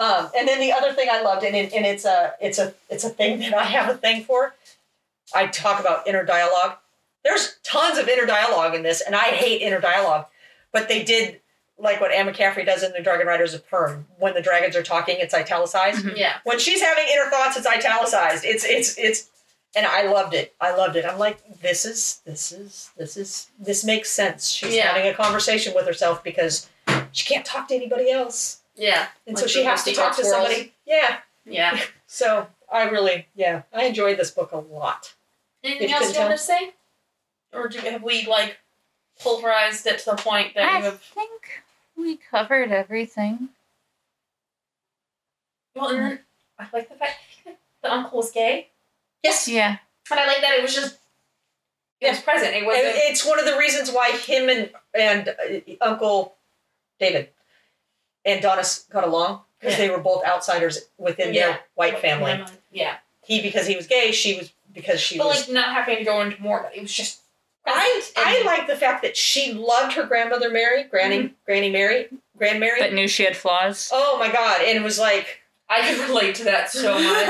Um, and then the other thing I loved, and, it- and it's a it's a it's a thing that I have a thing for. I talk about inner dialogue. There's tons of inner dialogue in this, and I hate inner dialogue, but they did like what Anne McCaffrey does in the Dragon Riders of Perm. When the dragons are talking, it's italicized. Mhm. Yeah, when she's having inner thoughts, it's italicized. It's it's it's, and I loved it. I loved it. I'm like, this is this is this is this makes sense. She's Yeah. having a conversation with herself because she can't talk to anybody else, yeah, and Like so she the has to Rusty talk to Hawk world. somebody. Yeah. yeah. So I really, yeah, I enjoyed this book a lot. Anything If you else couldn't you want to say, or do have we like pulverized it to the point that I you have? think we covered everything. Well, and then I like the fact that the uncle was gay, Yes. Yeah. and I like that it was just it was present. It And wasn't. it's one of the reasons why him and and uh, Uncle David and Donis got along because Yeah. they were both outsiders within Yeah. their white family. Yeah. He because he was gay, she was because she but was like not having to go into more of it. It was just I present I and- Mm-hmm. like the fact that she loved her grandmother Mary, Granny Granny Mary, Grand Mary. But knew she had flaws. oh my God! And it was like I could relate to that so much.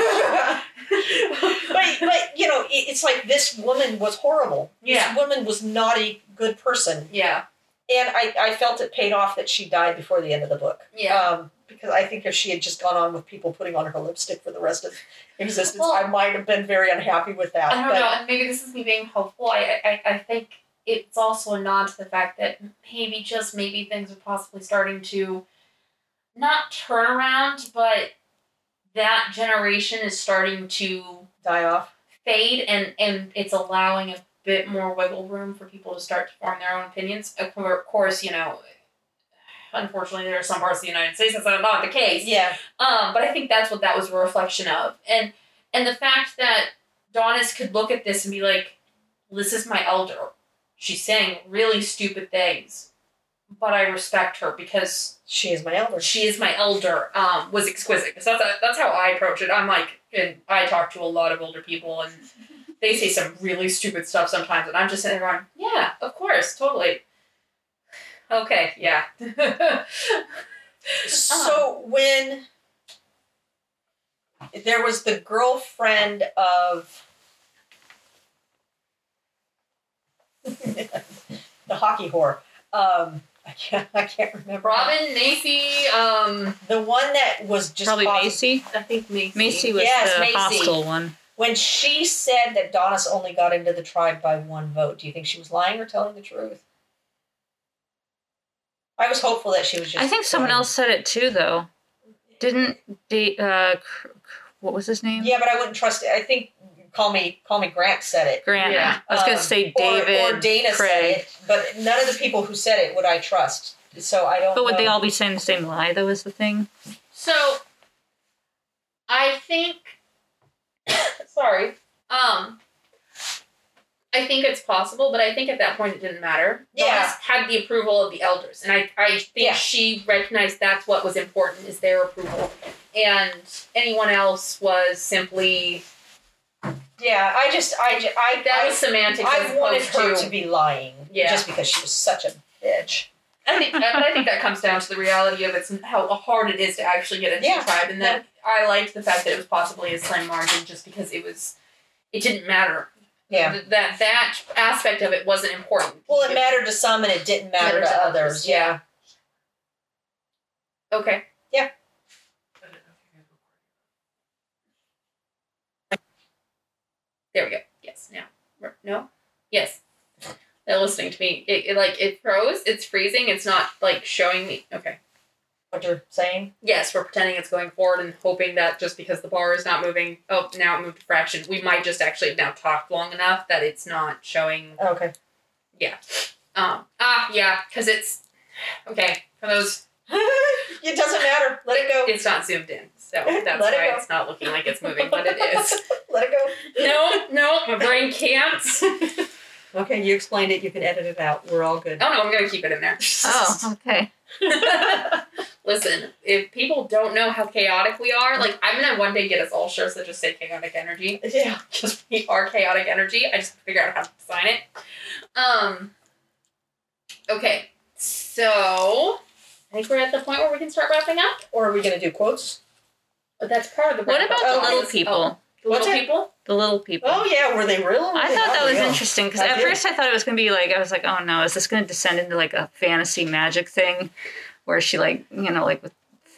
but but you know, it, it's like this woman was horrible. Yeah. This woman was not a good person, yeah, and I I felt it paid off that she died before the end of the book. yeah. Um, because I think if she had just gone on with people putting on her lipstick for the rest of existence, Well- I might have been very unhappy with that. I don't Uh, but know, and maybe this is me being hopeful. I, I I think it's also a nod to the fact that maybe just maybe things are possibly starting to not turn around, but that generation is starting to die off. fade and and it's allowing a bit more wiggle room for people to start to form their own opinions of cour- course you know unfortunately there are some parts of the united states that's not the case Yeah. um but i think that's what that was a reflection of and and the fact that donis could look at this and be like this is my elder she's saying really stupid things but I respect her because She is my elder. she is my elder, um, was exquisite. So that's, that's how I approach it. I'm like, and I talk to a lot of older people, and they say some really stupid stuff sometimes, and I'm just sitting there going, yeah, of course, totally. Okay, yeah. Ah. So when there was the girlfriend of the hockey whore. Um, I can't. I can't remember. Robin, Macy, um, the one that was just Probably causing- Macy. I think Macy. Macy was Yes, the Macy. hostile one. When she said that Donis only got into the tribe by one vote, do you think she was lying or telling the truth? I was hopeful that she was just. I think someone else said it too, though. Didn't da- uh, cr- cr- what was his name? Yeah, but I wouldn't trust it. I think call me call me Grant said it. Grant. Yeah. I was gonna Um, say or- David. or, Dana Craig. said it, but none of the people who said it would I trust. So I don't. But would know. they all be saying the same lie though? Is the thing? So I think sorry. Um I think it's possible, but I think at that point it didn't matter. Yeah. Doris had the approval of the elders, and I, I think Yeah. she recognized that's what was important is their approval, and anyone else was simply Yeah, I just I ju- I that was semantics. I, as I wanted opposed her to be lying. Yeah. Just because she was such a bitch. I think, but I think that comes down to the reality of it's how hard it is to actually get into Yeah. the tribe, and that I liked the fact that it was possibly a slim margin just because it was, it didn't matter. Yeah. Th- that that aspect of it wasn't important. Well, it mattered to some and it didn't matter Mattered to to others, others. Yeah. Okay. There we go. Yes. Now. Mer- No. Yes. They're listening to me. It, it like it froze. It's freezing. It's not like showing me. Okay. What you're saying? Yes, we're pretending it's going forward and hoping that just because the bar is not moving, oh, now it moved a fraction. We might just actually have now talked long enough that it's not showing. Okay. Yeah. Um. Ah. Yeah. Because it's okay for those it doesn't matter. Let it go. It's not zoomed in, so that's Let it why go. it's not looking like it's moving, but it is. Let it go. no, no, my brain can't. oh Okay, you explained it. You can edit it out. We're all good. no, I'm gonna keep it in there. Oh, okay. Listen, if people don't know how chaotic we are, like I'm gonna one day get us all shirts that just say chaotic energy. Yeah. Just we are chaotic energy. I just have to figure out how to design it. Um. Okay, so I think we're at the point where we can start wrapping up. Or are we gonna do quotes? But that's part of the. What wrap-up. about the Oh, little Oh, people? the little What's it? people. The little people. Oh yeah, were they real? I thought that was Yeah. interesting because I at did. first I thought it was gonna be like I was like, oh no, is this gonna descend into like a fantasy magic thing, where she like you know like with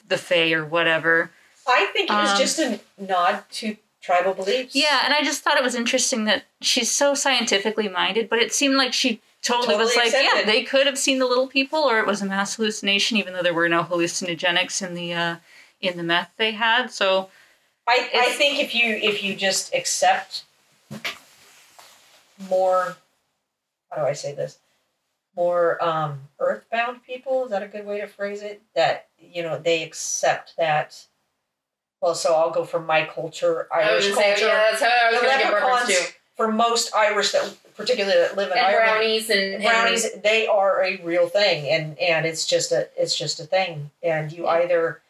the fae or whatever. I think it was Um, just a nod to tribal beliefs. Yeah, and I just thought it was interesting that she's so scientifically minded, but it seemed like she totally, was Totally like, yeah, accepted. they could have seen the little people, or it was a mass hallucination, even though there were no hallucinogenics in the uh, in the meth they had. So I, I It's- think if you if you just accept more how do I say this? More um, earthbound people, is that a good way to phrase it? That you know, they accept that well, so I'll go for my culture, I Irish was gonna culture. Say, yeah, that's how I was the gonna give reference leprechauns to. for most Irish that particularly that live in and Ireland. brownies and, and- brownies they are a real thing and and it's just a it's just a thing and you either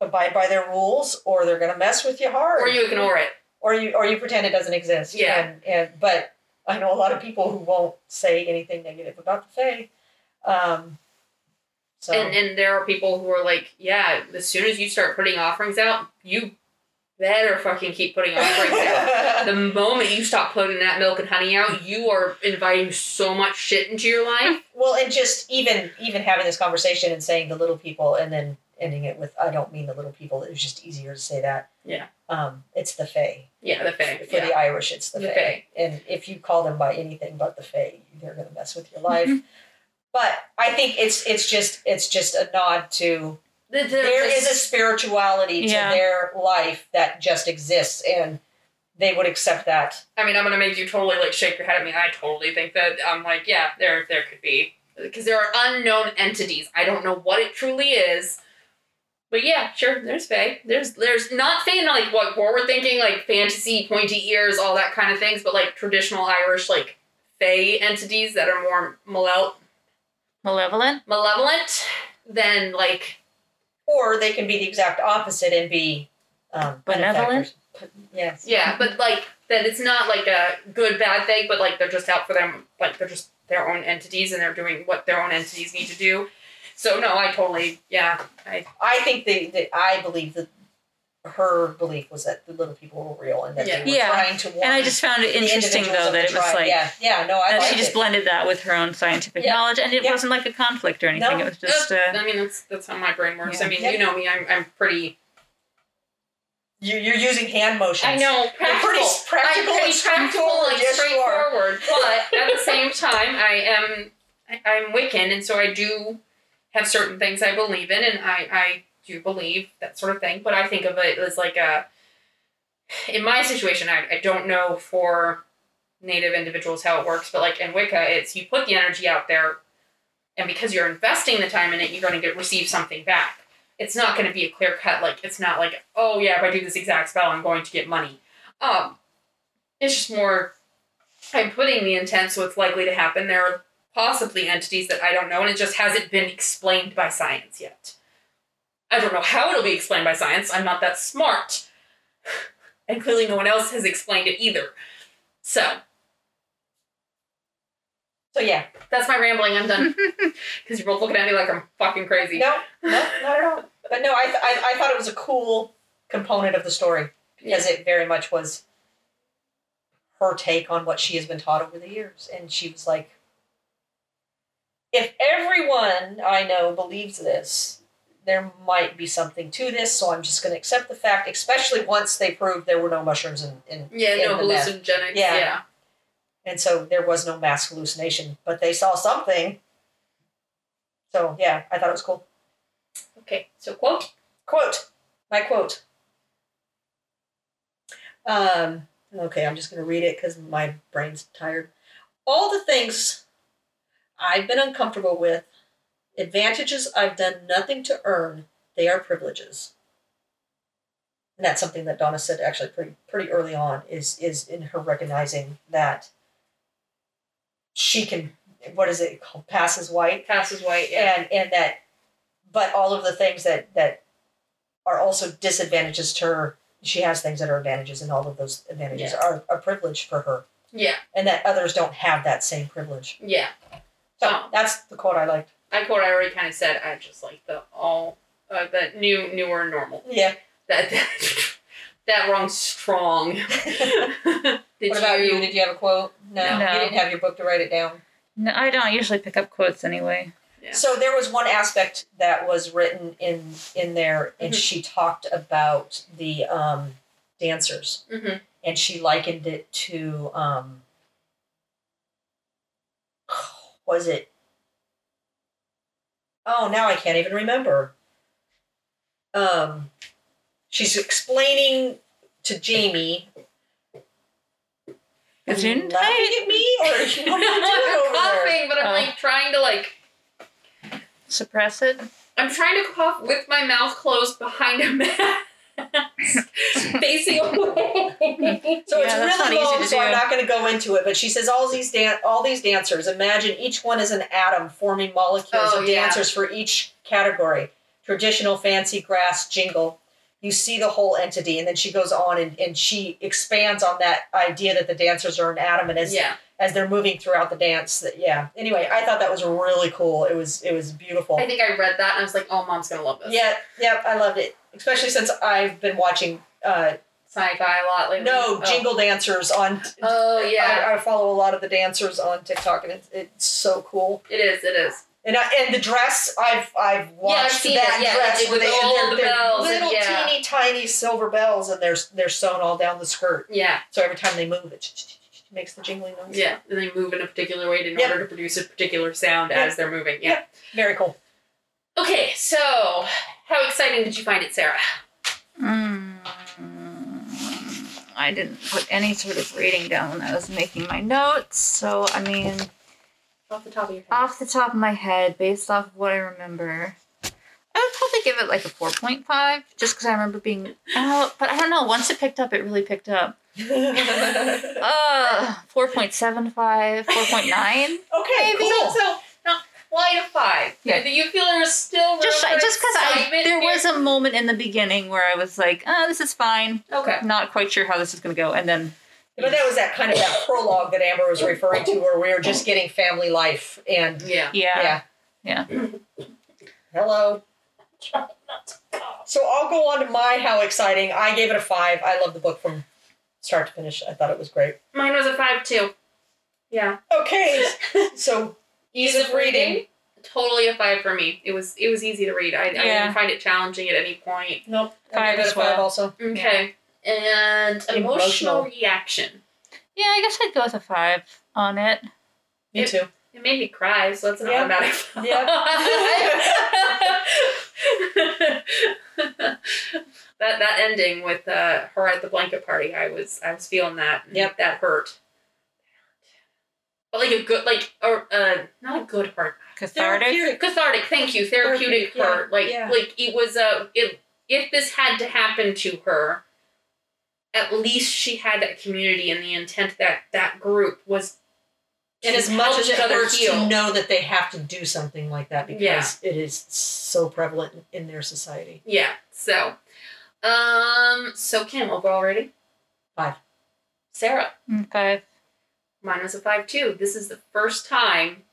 abide by their rules or they're gonna mess with you hard or you ignore it. or you or you pretend it doesn't exist Yeah. and, and but i know a lot of people who won't say anything negative about the fae um so And and there are people who are like, yeah, as soon as you start putting offerings out, you better fucking keep putting offerings out. The moment you stop putting that milk and honey out, you are inviting so much shit into your life. well and just even even having this conversation and saying the little people and then ending it with i don't mean the little people it was just easier to say that Yeah. um it's the fae Yeah, the thing. for Yeah. the Irish, it's the, The Fae. Fae. And if you call them by anything but the Fae, they're going to mess with your Mm-hmm. life. but I think it's it's just it's just a nod to The- the- there the- is a spirituality to Yeah. their life that just exists, and they would accept that. I mean, I'm gonna make you totally like shake your head at me. I totally think that I'm like, yeah, there there could be because there are unknown entities. I don't know what it truly is, but yeah, sure. There's Fae. There's there's not Fae in like what we're thinking like fantasy, pointy ears, all that kind of things, but like traditional Irish like Fae entities that are more malevolent. Malevolent? malevolent than like Or they can be the exact opposite and be um, Benevolent? benefactors. Yes. yeah, but like that it's not like a good bad thing, but like they're just out for them, like they're just their own entities and they're doing what their own entities need to do. So no, I totally yeah. I I think they, they I believe that her belief was that the little people were real and that they were Yeah. Yeah. trying to warn And I just found it the interesting individuals though of the that it was tribe. like yeah, yeah, no, I that she liked just it. blended that with her own scientific Yeah. knowledge, and it Yeah. wasn't like a conflict or anything. No. It was just Uh, uh, I mean that's that's how my brain works. Yeah. I mean Yeah. you know me, I'm I'm pretty. you, you're using hand motions. I know You're practical. pretty s- practical I'm and pretty practical, straightforward, like yes, you are. straightforward. But at the same time, I am I, I'm Wiccan, and so I do have certain things I believe in, and I I do believe that sort of thing. But I think of it as like a in my situation, I, I don't know for native individuals how it works, but like in Wicca, it's you put the energy out there, and because you're investing the time in it, you're going to get receive something back. It's not going to be a clear cut. Like it's not like oh yeah, if I do this exact spell, I'm going to get money. Um, it's just more. I'm putting the intent, so it's likely to happen. There are possibly entities that I don't know, and it just hasn't been explained by science yet. I don't know how it'll be explained by science. I'm not that smart, and clearly no one else has explained it either. So So yeah, that's my rambling. I'm done because you're both looking at me like I'm fucking crazy. no, no, not at all. But no, I, th- I I thought it was a cool component of the story because it very much was her take on what she has been taught over the years, and she was like, "If everyone I know believes this." There might be something to this, so I'm just going to accept the fact, especially once they proved there were no mushrooms in, in Yeah, in no the meth. hallucinogenics. Yeah. yeah. And so there was no mass hallucination, but they saw something. So yeah, I thought it was cool. Okay, so quote. Quote, my quote. Um, okay, I'm just going to read it because my brain's tired. All the things I've been uncomfortable with, advantages I've done nothing to earn, they are privileges. And that's something that Donna said actually pretty pretty early on is is in her recognizing that she can what is it called pass as white Passes white. Yeah. and and that but all of the things that that are also disadvantages to her she has things that are advantages and all of those advantages Yeah. are a privilege for her Yeah. and that others don't have that same privilege Yeah. so Oh. that's the quote i liked I quote. I already kind of said. I just like the all uh, the new newer normal. yeah That that wrong strong. Did what about you? did you have a quote no, No. you didn't have your book to write it down no, I don't usually pick up quotes anyway. Yeah. so there was one aspect that was written in in there and Mhm. she talked about the um dancers Mhm. and she likened it to um was it oh now i can't even remember um she's explaining to jamie Are you Gesundheit? laughing at me or what are you doing I'm over there? coughing, but I'm Oh. like trying to like. Suppress it. I'm trying to cough with my mouth closed behind a mask, facing away. So Yeah, it's really that's not easy long, to so I'm do. not going to go into it. But she says all these dan- all these dancers. Imagine each one is an atom forming molecules Oh, of yeah. dancers for each category: traditional, fancy, grass, jingle. You see the whole entity, and then she goes on and, and she expands on that idea that the dancers are an atom, and as yeah. as they're moving throughout the dance, that yeah. Anyway, I thought that was really cool. It was it was beautiful. I think I read that and I was like, "Oh, mom's gonna love this." Yeah, yeah, I loved it, especially since I've been watching uh, Sci-fi a lot lately. no Oh. jingle dancers on Oh yeah, I, I follow a lot of the dancers on TikTok, and it's, it's so cool. it is. It is. And I, and the dress, I've I've watched seen that it. Yeah, they dress did where with they- all they're- the they're bells and- little yeah. teeny tiny silver bells, and they're they're sewn all down the skirt. Yeah. So every time they move, it makes the jingling noise. Yeah, and they move in a particular way in Yep. order to produce a particular sound Yep. as they're moving. Yeah. Yep. very cool. Okay, so how exciting did you find it, Sarah? Mm, I didn't put any sort of rating down when I was making my notes, so I mean, Off the top of your head. off the top of my head, based off of what I remember, I would probably give it like a four point five, just because I remember being out. But I don't know. Once it picked up, it really picked up. okay, Uh, 4.75, 4.9. Okay, cool. So, so no, flight of five. Yeah. Do you feel there is still room Just for just because I excitement there here? was a moment in the beginning where I was like, ah, this is fine. Okay. Not quite sure how this is gonna go, and then But that was that kind of that prologue that Amber was referring to, where we were just getting family life and Yeah. yeah, Hello. So I'll go on to my how exciting. I gave it a five. I love the book from start to finish. I thought it was great. Mine was a five too. Yeah. Okay. So ease of reading. Totally a five for me. It was it was easy to read. I, I Yeah. didn't find it challenging at any point. Nope. I Five gave it as a five well. also. Okay. And Mm-hmm. emotional, Emotional. reaction. yeah. I guess I'd go with a five on it. Me It- too. It made me cry, so that's an Yeah. automatic. Yeah. that that ending with uh, her at the blanket party, I was I was feeling that. Yep. That hurt. But like a good, like a uh, not a good hurt, Cathartic. cathartic. Thank you, therapeutic, Therapeutic, yeah, hurt. Like yeah. like it was a it, if this had to happen to her, at least she had that community and the intent that that group was. And to as much help as each it other hurts heal. to know that they have to do something like that because Yeah. it is so prevalent in their society. Yeah. So, um, so Kim overall rating Five. Sarah, Mm, Five. mine was a five too. This is the first time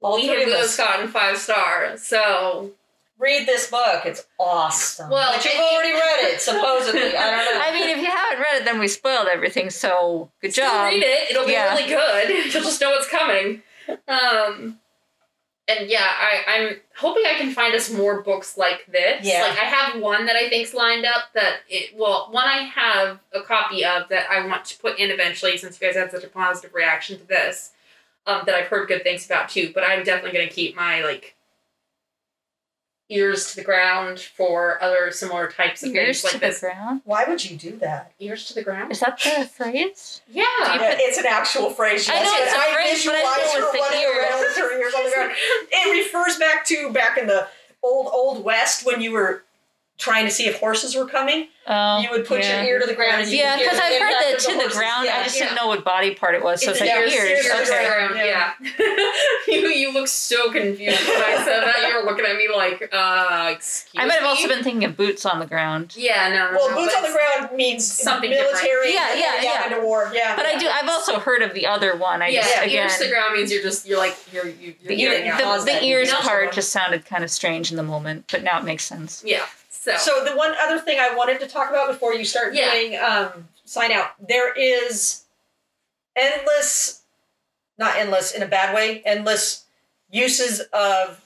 All we three have of both us gotten five stars. So read this book. It's awesome. Well, but it- you've already read it, supposedly. I don't know. I mean, if you haven't read it, then we spoiled everything. So good still job. read it. It'll be Yeah. really good. You'll just know what's coming. Um, and yeah, I I'm hoping I can find us more books like this. Yeah. Like I have one that I think's lined up that it well one I have a copy of that I want to put in eventually since you guys had such a positive reaction to this. um, that I've heard good things about too. But I'm definitely going to keep my like ears to the ground for other similar types of things Ears to like the this. ground. Why would you do that? Ears to the ground. Is that the phrase? Yeah. Do you- Yeah, it's an actual phrase. I yes, know but it's a phrase, but visualize I thought it was her the running ears. around with her ears on the ground. It refers back to back in the old old west when you were trying to see if horses were coming. Oh, you would put yeah. your ear to the ground. And you Yeah, could hear because I've the heard impact that of to the horses. ground. Yeah. I just yeah. didn't know what body part it was, so it's like Yeah, ears. ears to the to the okay. ground. Yeah. you you look so confused when I said that. You were looking at me like, uh, excuse. I might have also me? been thinking of boots on the ground. Yeah. No. no Well, no, boots but on the ground means Something different. military. Yeah, they're yeah, going down yeah. Into war. Yeah. But I do. I've also heard of the other one. I yeah. just Ears again. to the ground means you're just you're like you're you you're The, ear- getting ear, out. Yeah. the, the ears Yeah. part just sounded kind of strange in the moment, but now it makes sense. yeah. So. So the one other thing I wanted to talk about before you start Yeah. doing um, sign out, there is endless, not endless in a bad way, endless uses of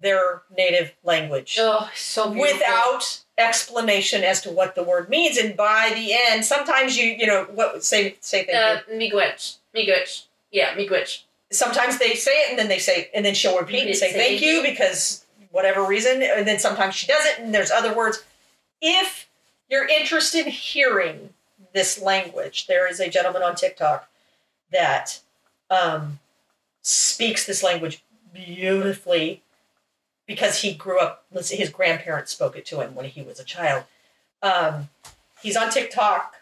their native language Oh, so beautiful. without explanation as to what the word means. And by the end, sometimes you you know what say say thank uh, you. miigwech, miigwech. Yeah, miigwech. Sometimes they say it and then they say and then she'll repeat and say thank you because whatever reason. And then sometimes she doesn't. And there's other words. If you're interested in hearing this language, there is a gentleman on TikTok that um, speaks this language beautifully because he grew up, let's say his grandparents spoke it to him when he was a child. Um, he's on TikTok.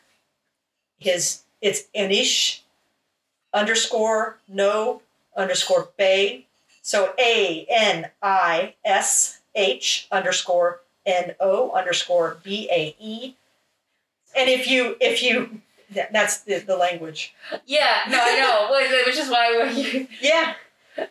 His it's Anish underscore no underscore bay. So A N I S H underscore N O underscore B A E. And if you if you that, that's the, the language. Yeah, no, I know. Well, Which is why when you, Yeah.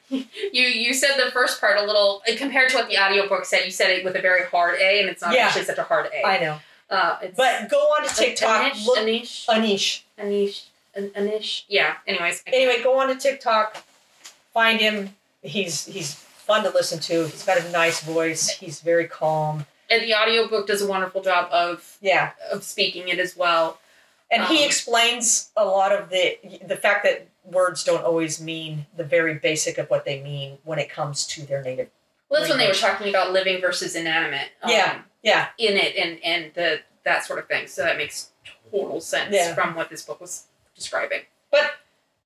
you you said the first part a little compared to what the audiobook said. You said it with a very hard A, and it's not Yeah. actually such a hard A. I know. uh, it's But go on to like TikTok. Anish, look Anish, Anish. Anish, An- Anish. Yeah. Anyways. I- Anyway, go on to TikTok. Find him. He's he's fun to listen to. He's got a nice voice. He's very calm. And the audiobook does a wonderful job of Yeah. of speaking it as well. And he Um, explains a lot of the the fact that words don't always mean the very basic of what they mean when it comes to their native. Well, that's when they were talking about living versus inanimate. um, Yeah, yeah. In it and and the that sort of thing. So that makes total sense Yeah. from what this book was describing.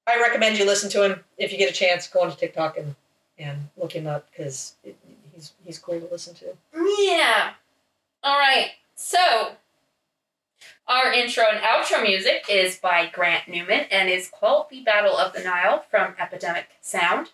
I recommend you listen to him if you get a chance. Go on to TikTok and and look him up because he's he's cool to listen to. Yeah. All right. So, our intro and outro music is by Grant Newman and is called The Battle of the Nile from Epidemic Sound.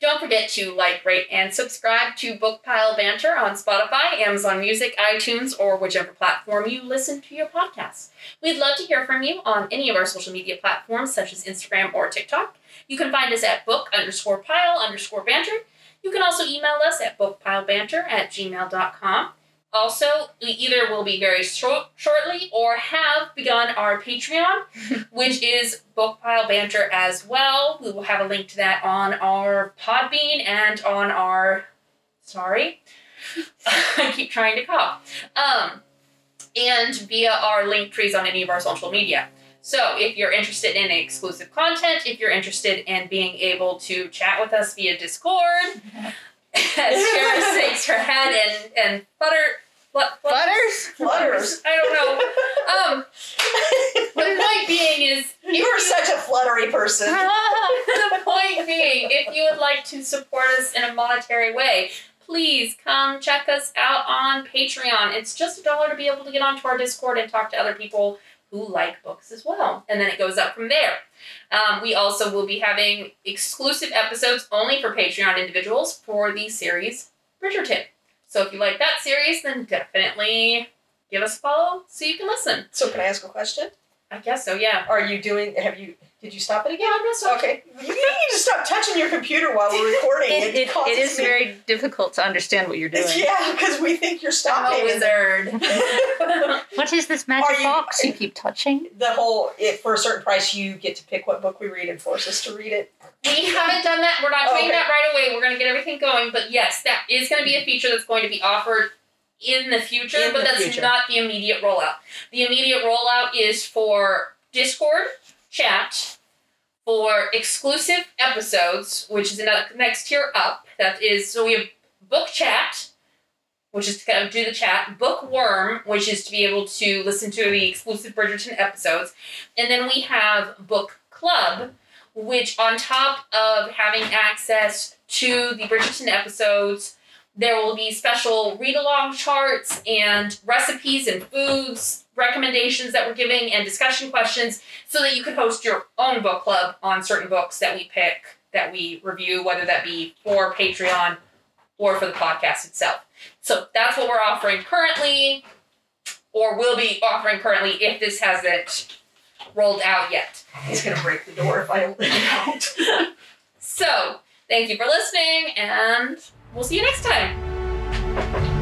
Don't forget to like, rate, and subscribe to Bookpile Banter on Spotify, Amazon Music, iTunes, or whichever platform you listen to your podcasts. We'd love to hear from you on any of our social media platforms, such as Instagram or TikTok. You can find us at book underscore pile underscore banter. You can also email us at bookpilebanter at gmail.com. Also, we either will be very short, shortly or have begun our Patreon, which is Bookpile Banter as well. We will have a link to that on our Podbean and on our. Sorry, I keep trying to cough. Um, and via our link trees on any of our social media. So, if you're interested in exclusive content, if you're interested in being able to chat with us via Discord, as Shara shakes her head and and butter, but, Butters? Flutters. I don't know. Um, the point being is if You are you, such a fluttery person. the point being if you would like to support us in a monetary way. Please come check us out on Patreon. It's just a dollar to be able to get onto our Discord and talk to other people who like books as well. And then it goes up from there. Um, we also will be having exclusive episodes only for Patreon individuals for the series Bridgerton. So if you like that series, then definitely give us a follow so you can listen. So can I ask a question? I guess so, yeah. Are you doing? Have you? Did you stop it Yeah, again? I'm not sorry. Okay. You need to stop touching your computer while we're recording. It, it, causes it is me- very difficult to understand what you're doing. Yeah, because we think you're I'm a stopping. and wizard. What is this magic Are you- box you keep touching? the whole, it, for a certain price, you get to pick what book we read and force us to read it. we haven't done that. We're not Oh, doing okay. that right away. We're going to get everything going. But yes, that is going to be a feature that's going to be offered in the future, In but the that's future. not the immediate rollout. The immediate rollout is for Discord chat for exclusive episodes, which is another next tier up. That is so we have book chat, which is to kind of do the chat, bookworm, which is to be able to listen to the exclusive Bridgerton episodes, and then we have book club, which on top of having access to the Bridgerton episodes, there will be special read along charts and recipes and foods recommendations that we're giving and discussion questions so that you could host your own book club on certain books that we pick that we review whether that be for patreon or for the podcast itself so that's what we're offering currently or will be offering currently if this hasn't rolled out yet He's going to break the door if I open it out. so, thank you for listening, and we'll see you next time.